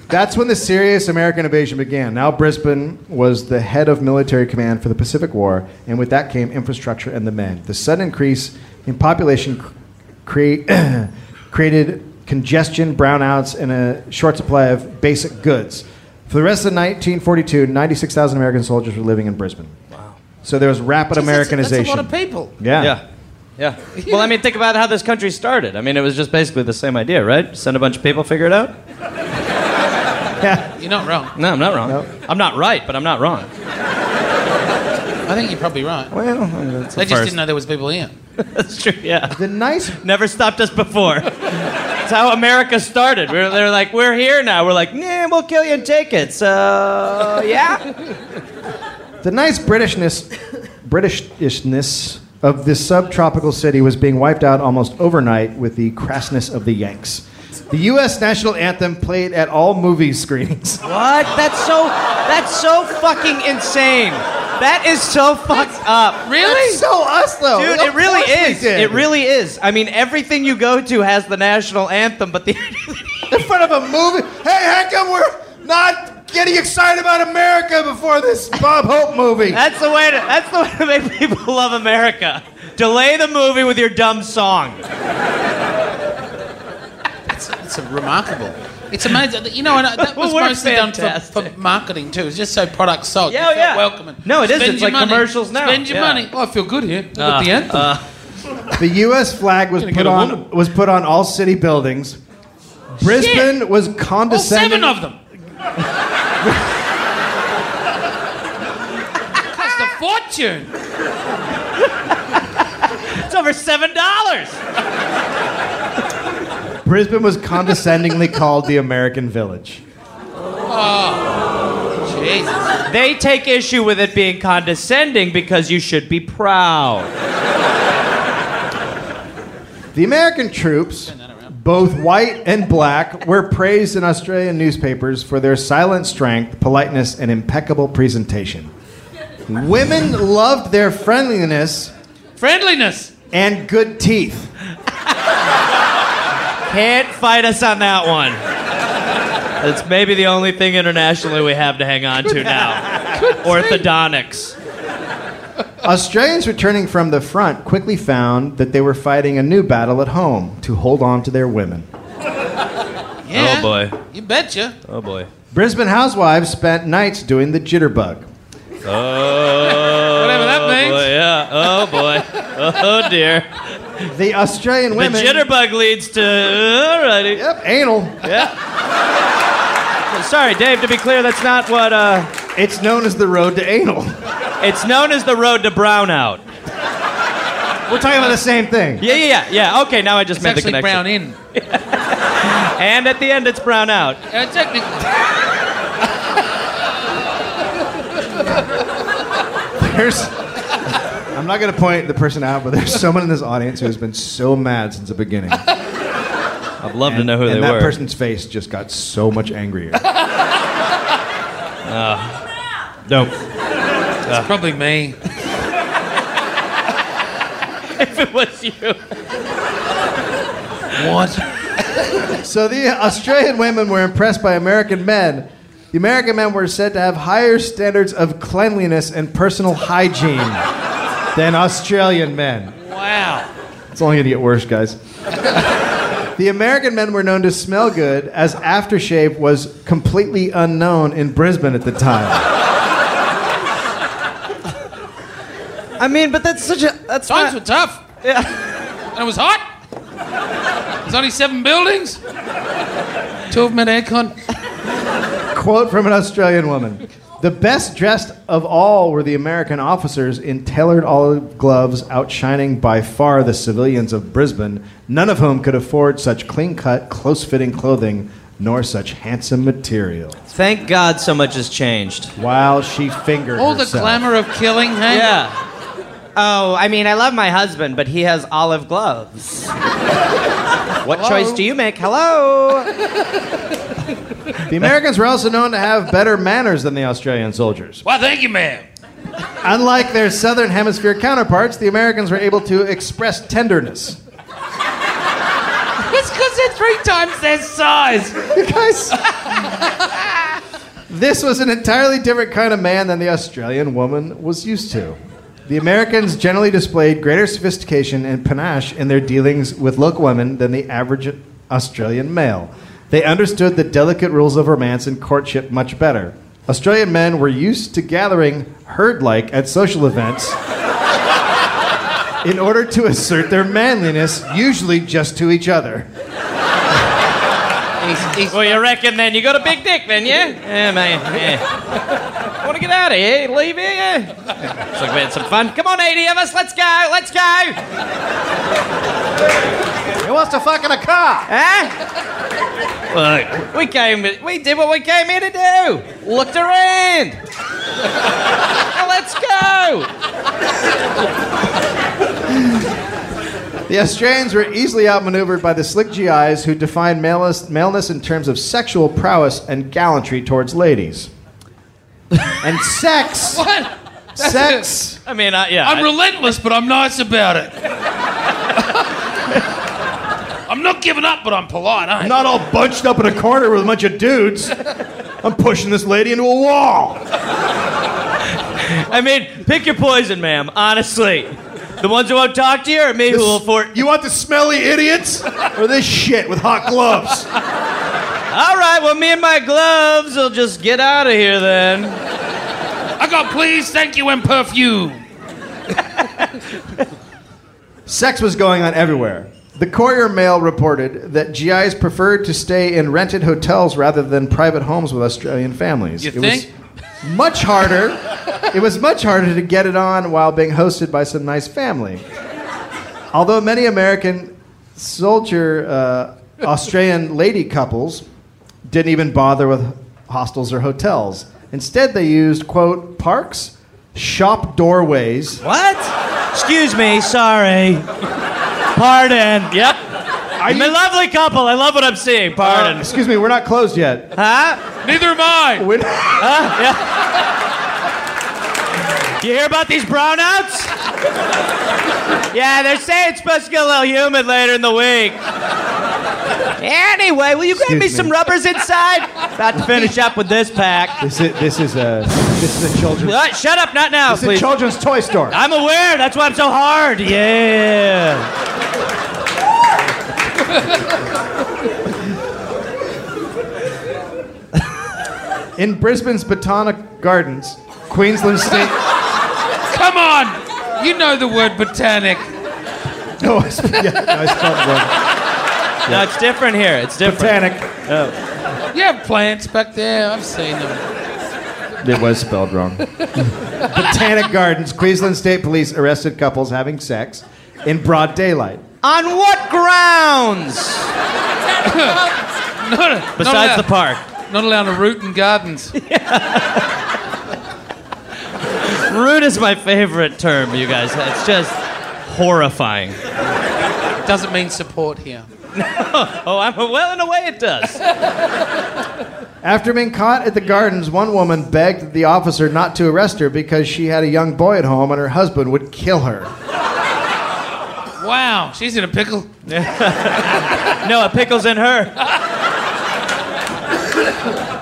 Speaker 1: That's when the serious American invasion began. Now Brisbane was the head of military command for the Pacific War, and with that came infrastructure and the men. The sudden increase in population cr- create, created congestion, brownouts, and a short supply of basic goods. For the rest of 1942, 96,000 American soldiers were living in Brisbane. Wow. So there was rapid
Speaker 2: Jeez, that's-
Speaker 1: Americanization.
Speaker 2: That's a lot of people.
Speaker 1: yeah.
Speaker 3: Yeah. Yeah. Well, I mean, think about how this country started. I mean, it was just basically the same idea, right? Send a bunch of people, figure it out.
Speaker 1: Yeah.
Speaker 2: You're not wrong.
Speaker 3: No, I'm not wrong.
Speaker 1: Nope.
Speaker 3: I'm not right, but I'm not wrong.
Speaker 2: I think you're probably right.
Speaker 3: Well, that's
Speaker 2: They
Speaker 3: the
Speaker 2: just
Speaker 3: first.
Speaker 2: didn't know there was people here.
Speaker 3: That's true. Yeah.
Speaker 1: The nice
Speaker 3: Never stopped us before. That's how America started. We were, they're like, we're here now. We're like, nah, we'll kill you and take it. So yeah.
Speaker 1: The nice Britishness, Britishishness of this subtropical city was being wiped out almost overnight with the crassness of the Yanks. The U.S. national anthem played at all movie screenings.
Speaker 3: What? That's so. That's so fucking insane. That is so fucked up.
Speaker 2: Really?
Speaker 1: That's so us though.
Speaker 3: Dude,
Speaker 1: Oh, Of
Speaker 3: it really
Speaker 1: course we
Speaker 3: is.
Speaker 1: did.
Speaker 3: It really is. I mean, everything you go to has the national anthem, but the
Speaker 1: in front of a movie. Hey, how come we're not getting excited about America before this Bob Hope movie?
Speaker 3: that's the way to that's the way to make people love America. Delay the movie with your dumb song.
Speaker 2: It's, it's a remarkable. It's amazing. You know, and uh, that was
Speaker 3: We're
Speaker 2: mostly done for- for,
Speaker 3: fantastic.
Speaker 2: marketing too. It's just so products sold.
Speaker 3: Yeah,
Speaker 2: You felt
Speaker 3: yeah.
Speaker 2: Welcome. and
Speaker 3: No, it is.
Speaker 2: spend
Speaker 3: It's
Speaker 2: your
Speaker 3: like commercials now.
Speaker 2: Spend your
Speaker 3: Yeah. Uh,
Speaker 2: money. Oh, I feel good here. Look at the anthem.
Speaker 1: The U.S. flag was
Speaker 2: Gonna
Speaker 1: put
Speaker 2: get a
Speaker 1: on
Speaker 2: woman.
Speaker 1: was put on all city buildings. Brisbane was
Speaker 2: All seven
Speaker 1: condescending.
Speaker 2: of them. Cost a fortune.
Speaker 3: It's over seven dollars.
Speaker 1: Brisbane was condescendingly called the American Village.
Speaker 2: Jesus.
Speaker 3: They take issue with it being condescending because you should be proud.
Speaker 1: The American troops, both white and black, were praised in Australian newspapers for their silent strength, politeness, and impeccable presentation. Women loved their friendliness
Speaker 2: Friendliness.
Speaker 1: and good teeth.
Speaker 3: Can't fight us on that one. It's maybe the only thing internationally we have to hang on to now. Orthodontics.
Speaker 1: Australians returning from the front quickly found that they were fighting a new battle at home to hold on to their women.
Speaker 2: Yeah.
Speaker 3: Oh, boy.
Speaker 2: You betcha.
Speaker 3: Oh boy.
Speaker 1: Brisbane housewives spent nights doing the jitterbug.
Speaker 3: Oh.
Speaker 2: Whatever that means.
Speaker 3: Boy, yeah. Oh boy. Oh dear.
Speaker 1: The Australian
Speaker 3: The
Speaker 1: women.
Speaker 3: jitterbug leads to uh, alrighty.
Speaker 1: Yep, anal.
Speaker 3: Sorry, Dave. To be clear, that's not what. Uh,
Speaker 1: It's known as the road to anal.
Speaker 3: it's known as the road to brownout.
Speaker 1: We're talking about the same thing.
Speaker 3: Yeah, yeah, yeah, yeah. Okay, now I just
Speaker 2: It's
Speaker 3: made the
Speaker 2: actually
Speaker 3: connection.
Speaker 2: brown in.
Speaker 3: And at the end, it's brownout.
Speaker 2: Uh, technically.
Speaker 1: There's, I'm not going to point the person out, but there's someone in this audience who has been so mad since the beginning.
Speaker 3: I'd love to know who
Speaker 1: and
Speaker 3: they
Speaker 1: that
Speaker 3: were.
Speaker 1: person's face just got so much angrier.
Speaker 3: no, Uh.
Speaker 2: It's probably me.
Speaker 3: if it was you.
Speaker 2: What?
Speaker 1: So the Australian women were impressed by American men. The American men were said to have higher standards of cleanliness and personal hygiene than Australian men.
Speaker 2: Wow.
Speaker 1: It's only going to get worse, guys. the American men were known to smell good, as aftershave was completely unknown in Brisbane at the time.
Speaker 3: I mean, but that's such a. That's
Speaker 2: Times were tough.
Speaker 3: yeah.
Speaker 2: And it was hot. There's only seven buildings. Two of them had aircon.
Speaker 1: Quote from an Australian woman The best dressed of all were the American officers in tailored olive gloves, outshining by far the civilians of Brisbane, none of whom could afford such clean cut, close fitting clothing. Nor such handsome material.
Speaker 3: Thank God, so much has changed.
Speaker 1: While she fingered
Speaker 2: All the
Speaker 1: herself.
Speaker 2: glamour of killing, hey?
Speaker 3: Yeah. Oh, I mean, I love my husband, but he has olive gloves. what choice do you make? Hello.
Speaker 1: The Americans were also known to have better manners than the Australian soldiers.
Speaker 2: Why, thank you, ma'am.
Speaker 1: Unlike their southern hemisphere counterparts, the Americans were able to express tenderness.
Speaker 2: It's because they're three times their size.
Speaker 1: You guys. this was an entirely different kind of man than the Australian woman was used to. The Americans generally displayed greater sophistication and panache in their dealings with local women than the average Australian male. They understood the delicate rules of romance and courtship much better. Australian men were used to gathering herd like at social events. in order to assert their manliness, usually just to each other.
Speaker 2: He's, he's,
Speaker 3: Well, you reckon then? You got a big dick then, yeah? Yeah, man. Yeah. Want to get out of here? Leave here? Yeah. Looks like we had some fun. Come on, 80 of us. Let's go. Let's go.
Speaker 1: Who wants to fuck in a car?
Speaker 3: Huh? Look, we came. We did what we came here to do. Looked around. Now let's go.
Speaker 1: The Australians were easily outmaneuvered by the slick GIs who defined maleness, maleness in terms of sexual prowess and gallantry towards ladies. And sex
Speaker 2: what?
Speaker 1: Sex.
Speaker 3: I mean, I, yeah.
Speaker 2: I'm
Speaker 3: I-
Speaker 2: relentless, but I'm nice about it. I'm not giving up, but I'm polite, eh?
Speaker 1: I'm not all bunched up in a corner with a bunch of dudes. I'm pushing this lady into a wall.
Speaker 3: I mean, pick your poison, ma'am. Honestly, the ones who won't talk to you, or me who will for.
Speaker 1: You want the smelly idiots or this shit with hot gloves?
Speaker 3: All right, well, me and my gloves will just get out of here then.
Speaker 2: I got please, thank you, and perfume.
Speaker 1: Sex was going on everywhere. The Courier Mail reported that GIs preferred to stay in rented hotels rather than private homes with Australian families.
Speaker 2: You
Speaker 1: it was
Speaker 2: think?
Speaker 1: much harder. it was much harder to get it on while being hosted by some nice family. Although many American soldier uh, Australian lady couples didn't even bother with hostels or hotels. Instead, they used quote parks, shop doorways.
Speaker 3: What? Excuse me, sorry. Pardon. Yep. I'm a lovely couple. I love what I'm seeing.
Speaker 1: Uh,
Speaker 3: Pardon.
Speaker 1: excuse me, we're not closed yet.
Speaker 3: Huh?
Speaker 2: Neither am I.
Speaker 1: We're-
Speaker 3: Do you hear about these brownouts? Yeah, they're saying it's supposed to get a little humid later in the week. Anyway, will you grab
Speaker 1: Excuse
Speaker 3: me,
Speaker 1: me.
Speaker 3: some rubbers inside? About to finish up with this pack.
Speaker 1: This is this is a this is a children's
Speaker 3: Uh, shut up, not now,
Speaker 1: this is a
Speaker 3: please.
Speaker 1: children's toy store.
Speaker 3: I'm aware. That's why I'm so hard. Yeah.
Speaker 1: In Brisbane's Botanic Gardens, Queensland State.
Speaker 2: Come on. You know the word botanic.
Speaker 1: No, I, sp- yeah, no, I spelled it wrong.
Speaker 3: No, it's different here. It's different.
Speaker 1: Botanic.
Speaker 2: You have plants back there. I've seen them.
Speaker 1: It was spelled wrong. Botanic Gardens, Queensland State Police arrested couples having sex in broad daylight.
Speaker 3: On what grounds?
Speaker 2: Not,
Speaker 3: Besides the park.
Speaker 2: the not allowed to root in gardens.
Speaker 3: Rude is my favorite term, you guys. It's just horrifying.
Speaker 2: Doesn't mean support here.
Speaker 3: Oh, I'm well in a way it does.
Speaker 1: After being caught at the gardens, one woman begged the officer not to arrest her because she had a young boy at home and her husband would kill her.
Speaker 2: Wow, she's in a pickle.
Speaker 3: No, a pickle's in her. Uh,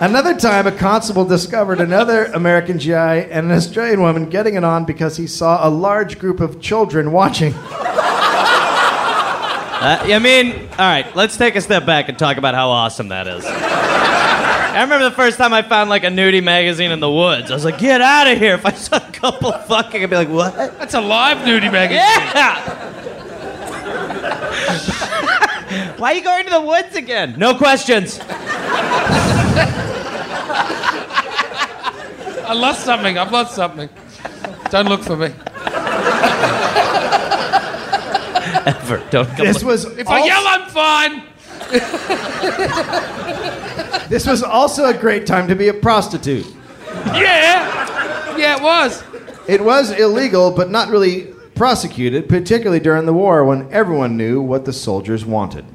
Speaker 1: Another time, a constable discovered another American GI and an Australian woman getting it on because he saw a large group of children watching.
Speaker 3: Uh, I mean, all right, let's take a step back and talk about how awesome that is. I remember the first time I found like a nudie magazine in the woods. I was like, get out of here. If I saw a couple fucking, I'd be like, what?
Speaker 2: That's a live nudie magazine.
Speaker 3: Yeah! Why are you going to the woods again? No questions.
Speaker 2: I lost something. I've lost something. Don't look for me.
Speaker 3: Ever. Don't come.
Speaker 1: This was
Speaker 2: If I yell, I'm fine.
Speaker 1: this was also a great time to be a prostitute.
Speaker 2: Yeah. Yeah, it was.
Speaker 1: It was illegal, but not really prosecuted, particularly during the war when everyone knew what the soldiers wanted.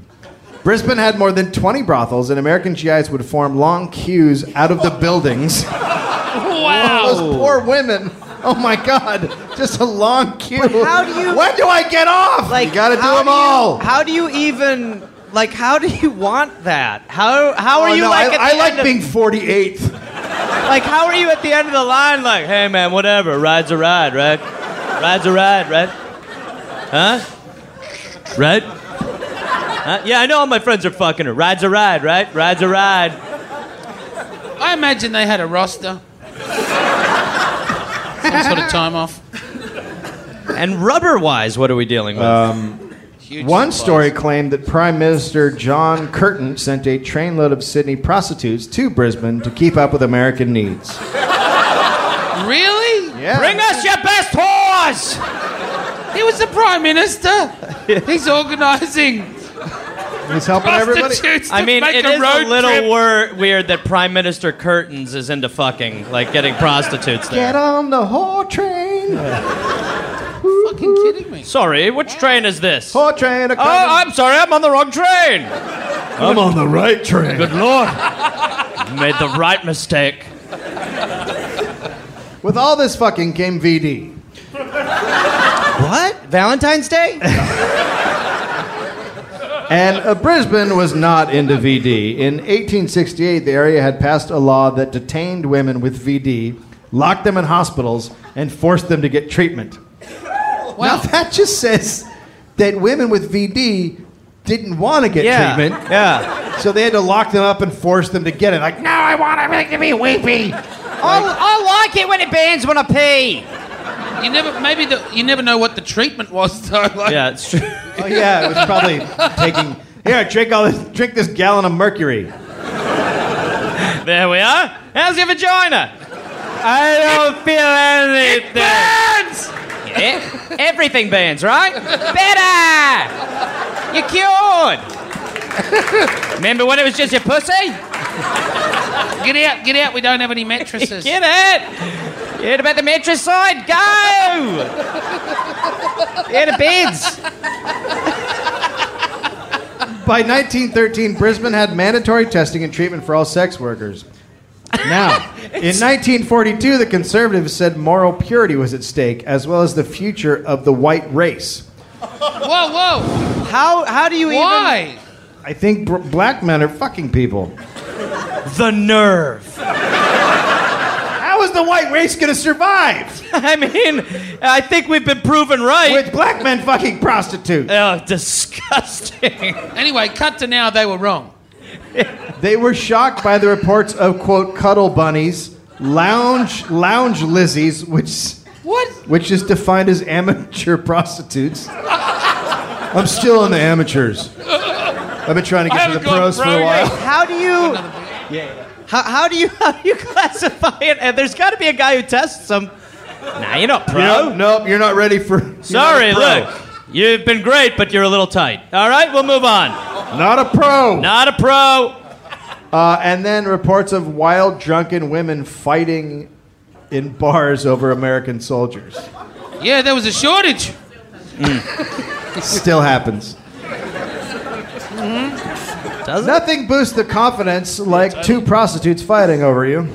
Speaker 1: Brisbane had more than 20 brothels, and American GIs would form long queues out of the buildings. Those
Speaker 2: Wow.
Speaker 1: poor women. Oh my God! Just a long queue.
Speaker 6: how do you-
Speaker 1: When do I get off?
Speaker 6: Like,
Speaker 1: you gotta do
Speaker 6: how
Speaker 1: them
Speaker 6: you-
Speaker 1: all.
Speaker 6: How do you even like? How do you want that?
Speaker 3: How, how are
Speaker 1: Oh,
Speaker 3: you
Speaker 1: no,
Speaker 3: like
Speaker 1: I,
Speaker 3: at the
Speaker 1: I like
Speaker 3: end of-
Speaker 1: being 48th.
Speaker 3: Like, how are you at the end of the line? Like, hey, man, whatever. Ride's a ride, right? Ride's a ride, right? Huh? Right? Huh? Yeah, I know all my friends are fucking her. Ride's a ride, right? Ride's a ride.
Speaker 2: I imagine they had a roster. Some sort of time off.
Speaker 3: And rubber wise, what are we dealing
Speaker 1: Uh,
Speaker 3: with?
Speaker 2: Huge
Speaker 1: One
Speaker 2: supplies.
Speaker 1: story claimed that Prime Minister John Curtin sent a trainload of Sydney prostitutes to Brisbane to keep up with American needs.
Speaker 2: Really?
Speaker 1: Yeah.
Speaker 3: Bring us your best horse!
Speaker 2: He was the prime minister. He's organising
Speaker 1: He's helping everybody.
Speaker 2: prostitutes to
Speaker 3: I mean,
Speaker 2: make
Speaker 3: it
Speaker 2: a
Speaker 3: is
Speaker 2: road
Speaker 3: a little
Speaker 2: trip.
Speaker 3: wor- weird that Prime Minister Curtins is into fucking, like getting prostitutes
Speaker 1: Get
Speaker 3: there.
Speaker 1: on the whore train.
Speaker 2: Fucking kidding me.
Speaker 3: Sorry, which train is this? Oh,
Speaker 1: Whore train. a-
Speaker 3: I'm sorry, I'm on the wrong train!
Speaker 1: I'm on the right train.
Speaker 3: Good lord. Made the right mistake.
Speaker 1: With all this fucking came VD.
Speaker 6: What? Valentine's Day?
Speaker 1: And uh, Brisbane was not into VD. In 1868, the area had passed a law that detained women with VD, locked them in hospitals, and forced them to get treatment. Now,
Speaker 2: Wow.
Speaker 1: that just says that women with VD didn't want to get
Speaker 3: Yeah.
Speaker 1: treatment,
Speaker 3: Yeah.
Speaker 1: so they had to lock them up and force them to get it. Like, no, I want everything to be weepy.
Speaker 3: I like it when it bands when I pee.
Speaker 2: You never, maybe the, you never know what the treatment was though. Like,
Speaker 3: Yeah, it's true.
Speaker 1: Oh, yeah, it was probably taking. Here, drink all this. Drink this gallon of mercury.
Speaker 3: There we are. How's your vagina? I don't feel anything. It burns! everything burns, right? Better! You're cured! Remember when it was just your pussy?
Speaker 2: Get out, get out. We don't have any mattresses.
Speaker 3: Get it! You heard about the mattress side? Go! You heard of beds?
Speaker 1: By 1913, Brisbane had mandatory testing and treatment for all sex workers. Now, in 1942, the conservatives said moral purity was at stake, as well as the future of the white race.
Speaker 2: Whoa, whoa.
Speaker 6: How how do you even
Speaker 2: Why?
Speaker 1: I think br- black men are fucking people.
Speaker 5: The nerve.
Speaker 1: How is the white race going to survive
Speaker 3: I mean, I think we've been proven right.
Speaker 1: with black men fucking prostitutes?
Speaker 3: Oh, disgusting.
Speaker 2: Anyway, cut to now. They were wrong.
Speaker 1: They were shocked by the reports of quote cuddle bunnies, lounge lounge lizzies, which
Speaker 2: What?
Speaker 1: which is defined as amateur prostitutes. I'm still in the amateurs. I've been trying to
Speaker 2: I
Speaker 1: get to
Speaker 2: haven't
Speaker 1: the
Speaker 2: gone
Speaker 1: pros for
Speaker 2: pro
Speaker 1: a
Speaker 2: yet.
Speaker 1: while.
Speaker 6: how do you how, how do you how do you classify it? And there's gotta be a guy who tests them.
Speaker 3: Nah, you're not pro.
Speaker 1: Nope, nope, you're not ready for. you're
Speaker 3: Sorry,
Speaker 1: not a pro.
Speaker 3: look. You've been great, but you're a little tight. All right, we'll move on.
Speaker 1: Not a pro.
Speaker 3: Not a pro.
Speaker 1: Uh, and then reports of wild, drunken women fighting in bars over American soldiers.
Speaker 2: Yeah, there was a shortage.
Speaker 1: Still happens.
Speaker 6: Mm-hmm.
Speaker 1: Nothing boosts the confidence like two prostitutes fighting over you.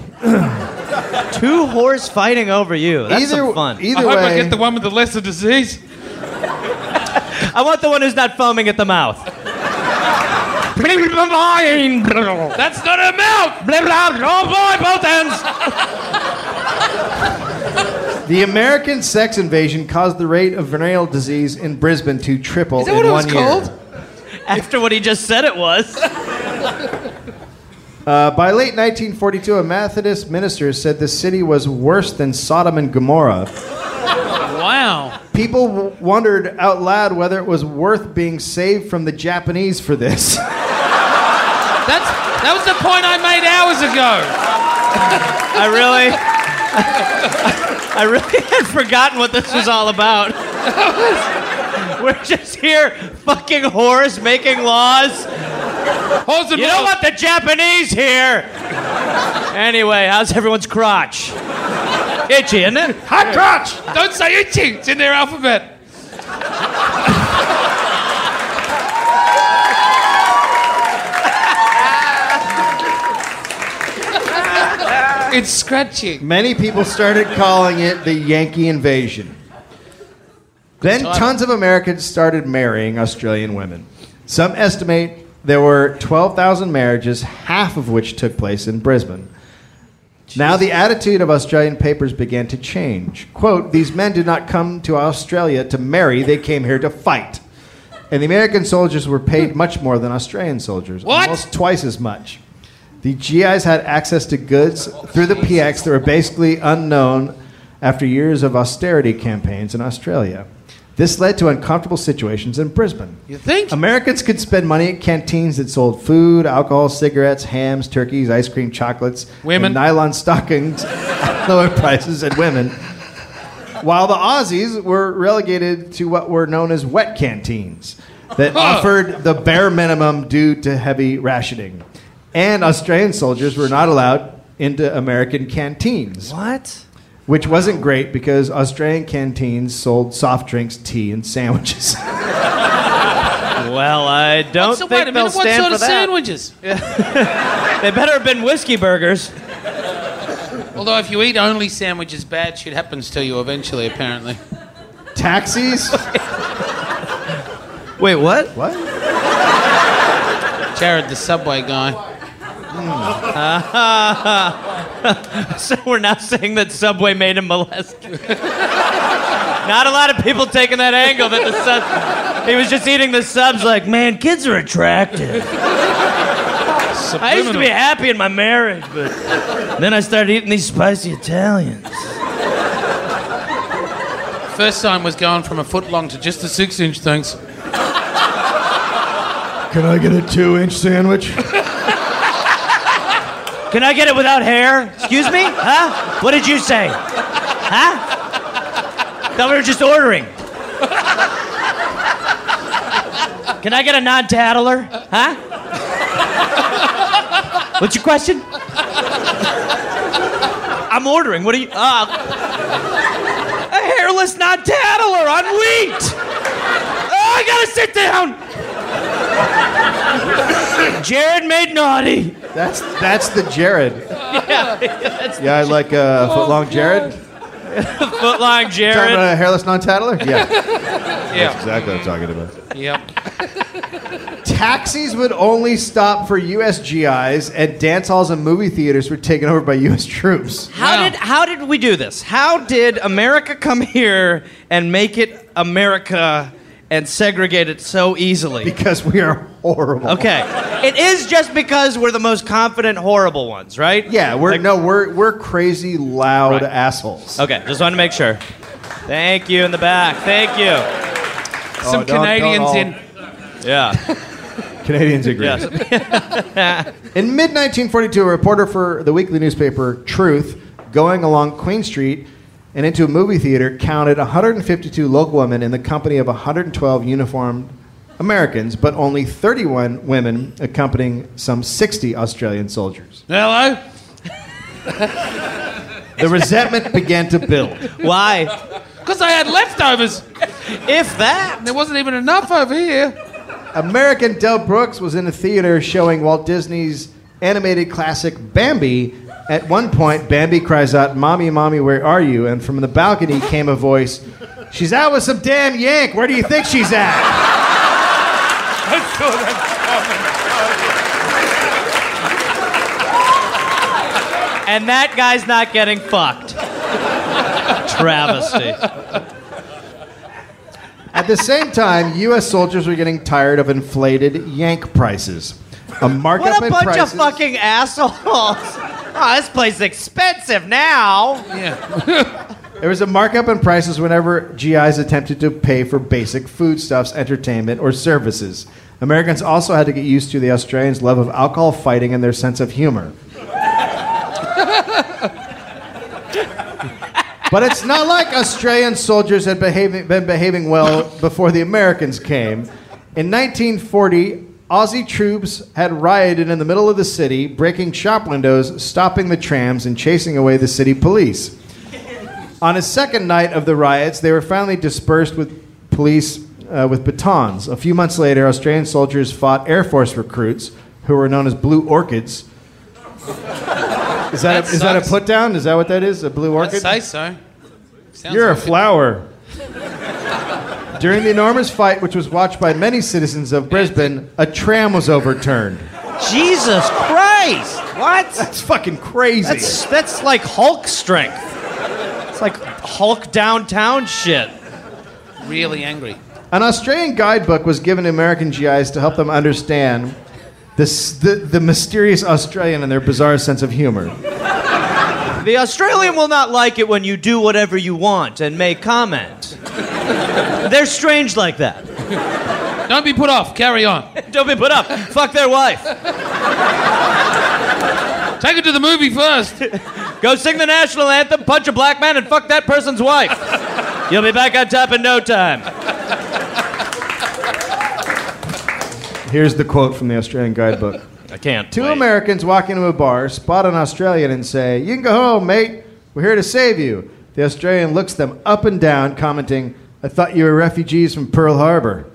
Speaker 6: Two horse fighting over you. That's some fun.
Speaker 1: Either
Speaker 2: I hope
Speaker 1: way,
Speaker 2: I get the one with the lesser disease.
Speaker 3: I want the one who's not foaming at the mouth. That's
Speaker 2: That's not a mouth.
Speaker 3: my both ends.
Speaker 1: The American sex invasion caused the rate of venereal disease in Brisbane to triple
Speaker 2: Is that
Speaker 1: in
Speaker 2: what it
Speaker 1: one
Speaker 2: was
Speaker 1: year.
Speaker 2: called?
Speaker 3: After what he just said it was.
Speaker 1: Uh, by late 1942, a Methodist minister said the city was worse than Sodom and Gomorrah.
Speaker 2: Wow.
Speaker 1: People w- wondered out loud whether it was worth being saved from the Japanese for this.
Speaker 2: That's that was the point I made hours ago.
Speaker 3: I really. I really had forgotten what this was all about. We're just here fucking whores making laws.
Speaker 2: Horse and
Speaker 3: You don't
Speaker 2: Mouth.
Speaker 3: want the Japanese here. Anyway, how's everyone's crotch? Itchy, isn't it?
Speaker 1: Hot crotch!
Speaker 2: Don't say itching. It's in their alphabet. it's scratching.
Speaker 1: Many people started calling it the Yankee invasion. Then tons of Americans started marrying Australian women. Some estimate there were 12,000 marriages, half of which took place in Brisbane. Now the attitude of Australian papers began to change. Quote, these men did not come to Australia to marry, they came here to fight. And the American soldiers were paid much more than Australian soldiers,
Speaker 2: What?
Speaker 1: almost twice as much. The GIs had access to goods through the PX that were basically unknown after years of austerity campaigns in Australia. This led to uncomfortable situations in Brisbane.
Speaker 2: You think?
Speaker 1: Americans could spend money at canteens that sold food, alcohol, cigarettes, hams, turkeys, ice cream, chocolates,
Speaker 2: Women.
Speaker 1: and nylon stockings at lower prices, and women. While the Aussies were relegated to what were known as wet canteens that offered the bare minimum due to heavy rationing. And Australian soldiers were not allowed into American canteens,
Speaker 6: What?
Speaker 1: which wasn't great because Australian canteens sold soft drinks, tea, and sandwiches.
Speaker 3: Well, I don't
Speaker 2: so wait
Speaker 3: think
Speaker 2: a
Speaker 3: they'll
Speaker 2: minute. What
Speaker 3: stand
Speaker 2: sort
Speaker 3: for
Speaker 2: of
Speaker 3: that.
Speaker 2: sandwiches?
Speaker 3: They better have been whiskey burgers.
Speaker 2: Although if you eat only sandwiches, bad shit happens to you eventually, apparently.
Speaker 1: Taxis?
Speaker 7: Wait, what?
Speaker 1: what?
Speaker 2: Jared, the subway guy.
Speaker 3: So we're now saying that Subway made him molest. Not a lot of people taking that angle that the sub. He was just eating the subs like, man, kids are attractive. I used to be happy in my marriage, but then I started eating these spicy Italians.
Speaker 2: First time was going from a foot long to just a six inch, thanks.
Speaker 1: Can I get a two inch sandwich?
Speaker 3: Can I get it without hair? Excuse me? Huh? What did you say? Huh? Thought we were just ordering. Can I get a non tattler? Huh? What's your question? I'm ordering. What are you? Uh, a hairless non tattler on wheat! Oh, I gotta sit down! Jared made naughty.
Speaker 1: That's that's the Jared. Yeah, I like uh, footlong Jared.
Speaker 3: Footlong
Speaker 1: Talking
Speaker 3: Jared.
Speaker 1: about a hairless non-tattler? Yeah. That's exactly what I'm talking about.
Speaker 2: Yep.
Speaker 1: Taxis would only stop for USGIs, and dance halls and movie theaters were taken over by US troops.
Speaker 3: How
Speaker 2: Wow.
Speaker 3: did how did we do this? How did America come here and make it America and segregate it so easily?
Speaker 1: Because we are horrible.
Speaker 3: Okay. It is just because we're the most confident horrible ones, right?
Speaker 1: Yeah, we're
Speaker 3: Like-
Speaker 1: no, we're we're crazy loud
Speaker 3: Right.
Speaker 1: assholes.
Speaker 3: Okay, just wanted to make sure. Thank you in the back. Thank you.
Speaker 2: Some
Speaker 1: Oh, don't- don't
Speaker 2: Canadians
Speaker 1: all-
Speaker 2: in.
Speaker 3: Yeah.
Speaker 1: Canadians agree.
Speaker 3: Yes.
Speaker 1: In mid 1942, a reporter for the weekly newspaper Truth, going along Queen Street and into a movie theater, counted 152 local women in the company of 112 uniformed Americans, but only 31 women accompanying some 60 Australian soldiers.
Speaker 2: Hello?
Speaker 1: The resentment began to build.
Speaker 3: Why?
Speaker 2: Because I had leftovers.
Speaker 3: If that.
Speaker 2: There wasn't even enough over here.
Speaker 1: American Del Brooks was in a theater showing Walt Disney's animated classic Bambi. At one point, Bambi cries out, Mommy, Mommy, where are you? And from the balcony came a voice, She's out with some damn yank. Where do you think she's at?
Speaker 3: And that guy's not getting fucked. Travesty.
Speaker 1: At the same time, U.S. soldiers were getting tired of inflated yank prices. A markup
Speaker 3: What a
Speaker 1: in
Speaker 3: bunch
Speaker 1: prices.
Speaker 3: of fucking assholes. Oh, this place is expensive now.
Speaker 2: Yeah.
Speaker 1: There was a markup in prices whenever GIs attempted to pay for basic foodstuffs, entertainment, or services. Americans also had to get used to the Australians' love of alcohol fighting and their sense of humor. but it's not like Australian soldiers had behaving, been behaving well before the Americans came. In 1940, Aussie troops had rioted in the middle of the city, breaking shop windows, stopping the trams, and chasing away the city police. On his second night of the riots, they were finally dispersed with police uh, with batons. A few months later, Australian soldiers fought Air Force recruits who were known as Blue Orchids. Is that,
Speaker 2: That
Speaker 1: a, is that a
Speaker 2: sucks.
Speaker 1: put down? Is that what that is? A blue
Speaker 2: I'd
Speaker 1: orchid?
Speaker 2: say so. Sounds
Speaker 1: You're a
Speaker 2: like
Speaker 1: flower. During the enormous fight, which was watched by many citizens of Brisbane, a tram was overturned.
Speaker 3: Jesus Christ. What?
Speaker 1: That's fucking crazy.
Speaker 3: That's, that's like Hulk strength. It's like Hulk downtown shit.
Speaker 2: Really angry.
Speaker 1: An Australian guidebook was given to American GIs to help them understand this, the, the mysterious Australian and their bizarre sense of humor.
Speaker 3: The Australian will not like it when you do whatever you want and make comment. They're strange like that.
Speaker 2: Don't be put off. Carry on.
Speaker 3: Don't be put up. Fuck their wife.
Speaker 2: Take it to the movie first.
Speaker 3: Go sing the national anthem, punch a black man, and fuck that person's wife. You'll be back on top in no time.
Speaker 1: Here's the quote from the Australian guidebook.
Speaker 3: I can't.
Speaker 1: Two
Speaker 3: wait.
Speaker 1: Americans walk into a bar, spot an Australian, and say, You can go home, mate. We're here to save you. The Australian looks them up and down, commenting, I thought you were refugees from Pearl Harbor.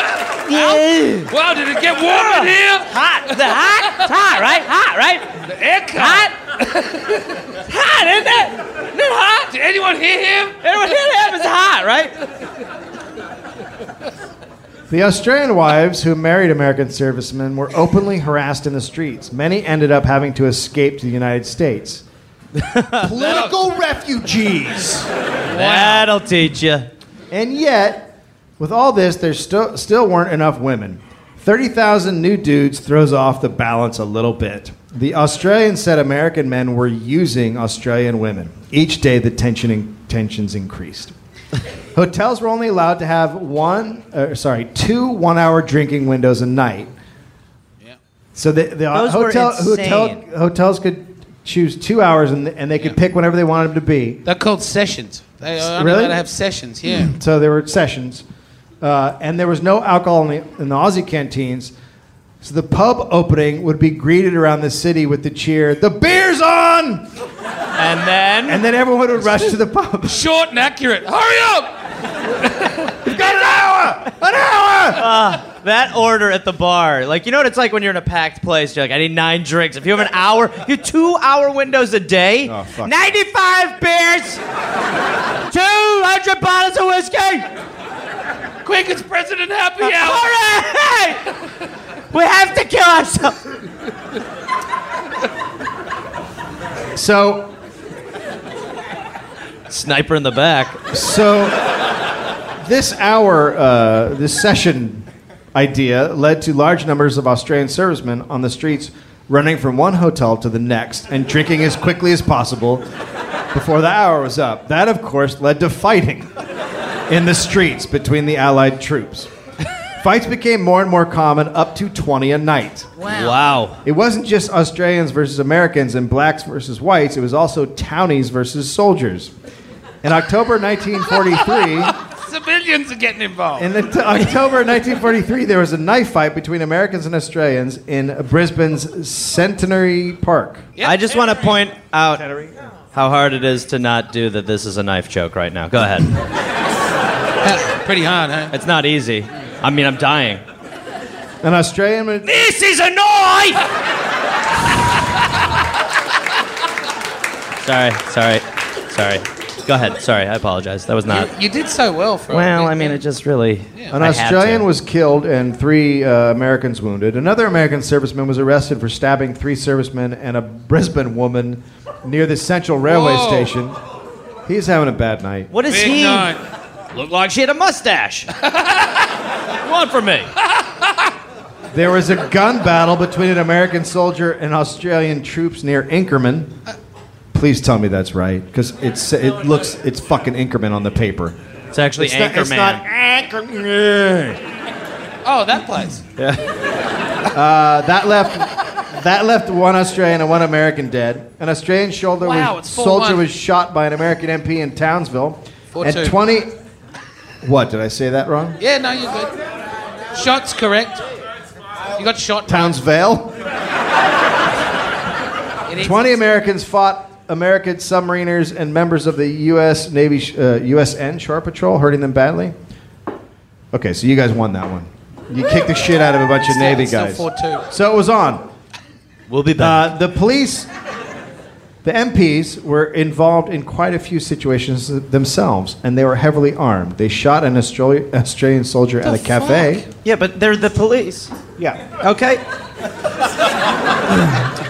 Speaker 2: now? Wow, did it get warm in here?
Speaker 3: Hot. Is it hot? It's hot, right? Hot, right?
Speaker 2: The air con.
Speaker 3: Hot? It's hot, isn't it? Isn't it hot?
Speaker 2: Did anyone hear him?
Speaker 3: Everyone hit him. It's hot, right?
Speaker 1: The Australian wives who married American servicemen were openly harassed in the streets. Many ended up having to escape to the United States. Political refugees.
Speaker 3: That'll teach you.
Speaker 1: And yet, with all this, there sto- still weren't enough women. 30,000 new dudes throws off the balance a little bit. The Australians said American men were using Australian women. Each day, the tension in- tensions increased. Hotels were only allowed to have one, uh, sorry, two one-hour drinking windows a night. So the, the
Speaker 5: Those were
Speaker 1: hotel, hotel
Speaker 5: insane.
Speaker 1: hotels could choose two hours, and, and they could pick whenever they wanted them to be.
Speaker 2: They're called sessions. They are
Speaker 1: Really? Hmm.
Speaker 2: allowed to have sessions, yeah.
Speaker 1: So there were sessions, uh, and there was no alcohol in the, in the Aussie canteens. So the pub opening would be greeted around the city with the cheer, "The beer's on!"
Speaker 3: And then
Speaker 1: And then everyone would rush to the pub.
Speaker 2: Short and accurate. Hurry up!
Speaker 1: We've got an hour, an hour.
Speaker 3: that order at the bar, like you know what it's like when you're in a packed place. You're like, I need nine drinks. If you have an hour, you have two hour windows a day.
Speaker 1: Oh, fuck.
Speaker 3: Ninety-five beers, two hundred bottles of whiskey.
Speaker 2: Quick, it's President Happy Hour!
Speaker 3: All right, we have to kill ourselves.
Speaker 1: So,
Speaker 3: Sniper in the back.
Speaker 1: so this hour, uh, this session idea led to large numbers of Australian servicemen on the streets, running from one hotel to the next and drinking as quickly as possible before the hour was up. That, of course, led to fighting in the streets between the Allied troops. Fights became more and more common, up to 20 a night.
Speaker 3: Wow.
Speaker 1: It wasn't just Australians versus Americans and blacks versus whites, it was also townies versus soldiers. In October 1943,
Speaker 2: Civilians are getting involved.
Speaker 1: in the t- October 1943, there was a knife fight between Americans and Australians in Brisbane's Centenary Park.
Speaker 3: I just want to point out how hard it is to not do that. This is a knife joke right now. Go ahead.
Speaker 2: Pretty hard, huh?
Speaker 3: It's not easy. I mean, I'm dying.
Speaker 1: An Australian
Speaker 3: This is a knife! sorry, sorry, sorry. Go ahead. Sorry, I apologize. That was not.
Speaker 2: You did so well for
Speaker 3: Well, I mean, it just really.
Speaker 1: An
Speaker 3: I had
Speaker 1: Australian
Speaker 3: to.
Speaker 1: was killed and three uh, Americans wounded. Another American serviceman was arrested for stabbing three servicemen and a Brisbane woman near the Central Railway
Speaker 2: Whoa.
Speaker 1: Station. He's having a bad night.
Speaker 3: What is
Speaker 2: Big
Speaker 3: he?
Speaker 2: night.
Speaker 3: Looked like she had a mustache. Want from me?
Speaker 1: There was a gun battle between an American soldier and Australian troops near Inkerman. Please tell me that's right, because it's it looks it's fucking Inkerman on the paper.
Speaker 3: It's actually
Speaker 1: It's not,
Speaker 3: Anchorman.
Speaker 1: it's not Anchorman.
Speaker 2: Oh, that place.
Speaker 1: Uh, that left that left one Australian and one American dead. An Australian shoulder
Speaker 2: Wow,
Speaker 1: was,
Speaker 2: it's 4-1.
Speaker 1: soldier was shot by an American MP in Townsville.
Speaker 2: 4-2.
Speaker 1: And twenty. What did I say that wrong?
Speaker 2: Yeah, no, you're good. Shot's correct. You got shot.
Speaker 1: Townsville.
Speaker 2: It is-
Speaker 1: Twenty Americans fought American submariners and members of the U.S. Navy sh- uh, USN Shore Patrol, hurting them badly. Okay, so you guys won that one. You kicked the shit out of a bunch of
Speaker 2: Still-
Speaker 1: Navy
Speaker 2: still
Speaker 1: guys.
Speaker 2: 4-2.
Speaker 1: So it was on.
Speaker 3: We'll be back.
Speaker 1: Uh, the police, the MPs were involved in quite a few situations themselves, and they were heavily armed. They shot an Australi- Australian soldier at a cafe.
Speaker 3: yeah, but they're the police.
Speaker 1: Yeah.
Speaker 3: Okay.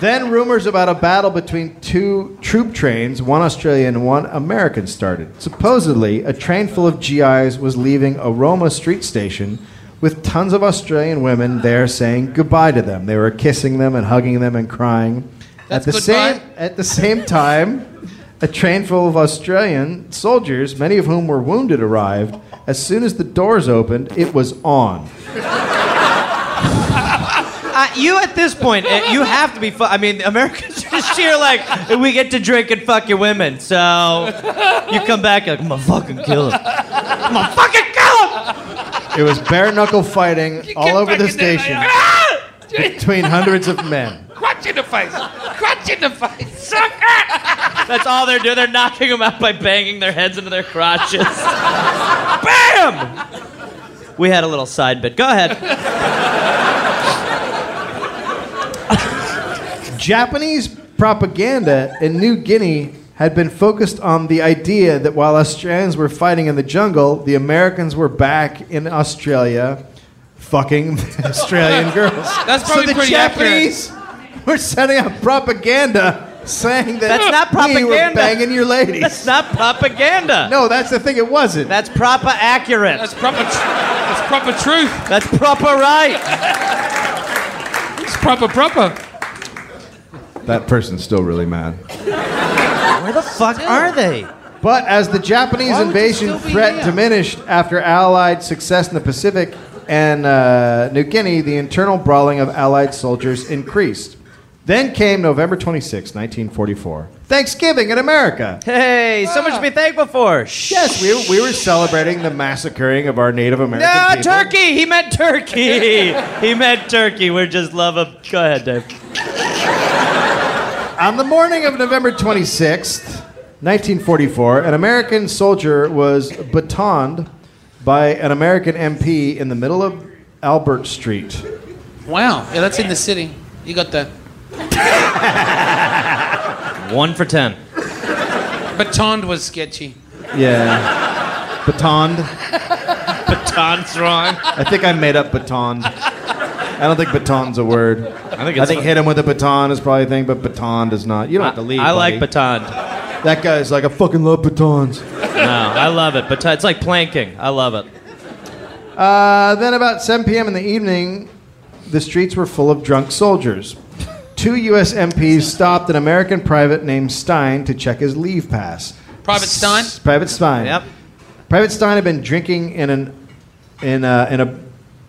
Speaker 1: Then rumors about a battle between two troop trains, one Australian and one American, started. Supposedly, a train full of GIs was leaving Aroma street station with tons of Australian women there saying goodbye to them. They were kissing them and hugging them and crying.
Speaker 2: That's
Speaker 1: at the
Speaker 2: goodbye.
Speaker 1: same at the same time, a train full of Australian soldiers, many of whom were wounded, arrived. As soon as the doors opened, it was on.
Speaker 3: Uh, you at this point, uh, you have to be. Fu- I mean, Americans just cheer like we get to drink and fuck your women. So you come back like I'm gonna fucking kill him. I'm gonna fucking kill him.
Speaker 1: It was bare knuckle fighting
Speaker 2: You get
Speaker 1: all over
Speaker 2: back
Speaker 1: the
Speaker 2: in there,
Speaker 1: station
Speaker 2: like, "Ah!"
Speaker 1: between hundreds of men.
Speaker 2: Crunch in the face. Crunch in the face. Suck it.
Speaker 3: That's all they're doing. They're knocking them out by banging their heads into their crotches. Bam! We had a little side bit. Go ahead.
Speaker 1: Japanese propaganda in New Guinea had been focused on the idea that while Australians were fighting in the jungle, the Americans were back in Australia fucking Australian girls.
Speaker 2: That's probably
Speaker 1: so the
Speaker 2: pretty
Speaker 1: Japanese were setting up propaganda saying that
Speaker 3: That's not
Speaker 1: we were
Speaker 3: propaganda.
Speaker 1: banging your ladies.
Speaker 3: That's not propaganda.
Speaker 1: no, that's the thing. It wasn't.
Speaker 3: That's proper accurate.
Speaker 2: That's proper. Tr- that's proper truth.
Speaker 3: That's proper right.
Speaker 2: It's proper proper.
Speaker 1: that person's still really mad.
Speaker 3: Where the fuck are they?
Speaker 1: But as the Japanese
Speaker 2: Why would you
Speaker 1: invasion
Speaker 2: still be
Speaker 1: threat
Speaker 2: here?
Speaker 1: diminished after Allied success in the Pacific and uh, New Guinea, the internal brawling of Allied soldiers increased. Then came November 26, 1944. Thanksgiving in America.
Speaker 3: Hey, so much to be thankful for. Shh.
Speaker 1: Yes, we, we were celebrating the massacring of our Native American
Speaker 3: No,
Speaker 1: people.
Speaker 3: turkey. He meant turkey. he meant turkey. We're just love of. Go ahead, Dave.
Speaker 1: On the morning of November 26th, 1944, an American soldier was batoned by an American MP in the middle of Albert Street.
Speaker 2: Wow. Yeah, that's in the city. You got the
Speaker 3: One for ten.
Speaker 2: baton was sketchy.
Speaker 1: Yeah. Batoned.
Speaker 3: Baton's wrong.
Speaker 1: I think I made up baton. I don't think baton's a word. I
Speaker 3: think
Speaker 1: I
Speaker 3: it's
Speaker 1: think
Speaker 3: fu-
Speaker 1: hit him with a baton is probably a thing, but baton does not. You don't have to leave.
Speaker 3: I like
Speaker 1: buddy.
Speaker 3: baton.
Speaker 1: That guy's like, I fucking love batons.
Speaker 3: No, I love it. Baton. It's like planking. I love it.
Speaker 1: Uh, then about 7 p.m. in the evening, the streets were full of drunk soldiers. Two U.S. MPs stopped an American private named Stein to check his leave pass.
Speaker 2: Private Stein?
Speaker 1: S- Private Stein.
Speaker 3: Yep.
Speaker 1: Private Stein had been drinking in an in a, in a,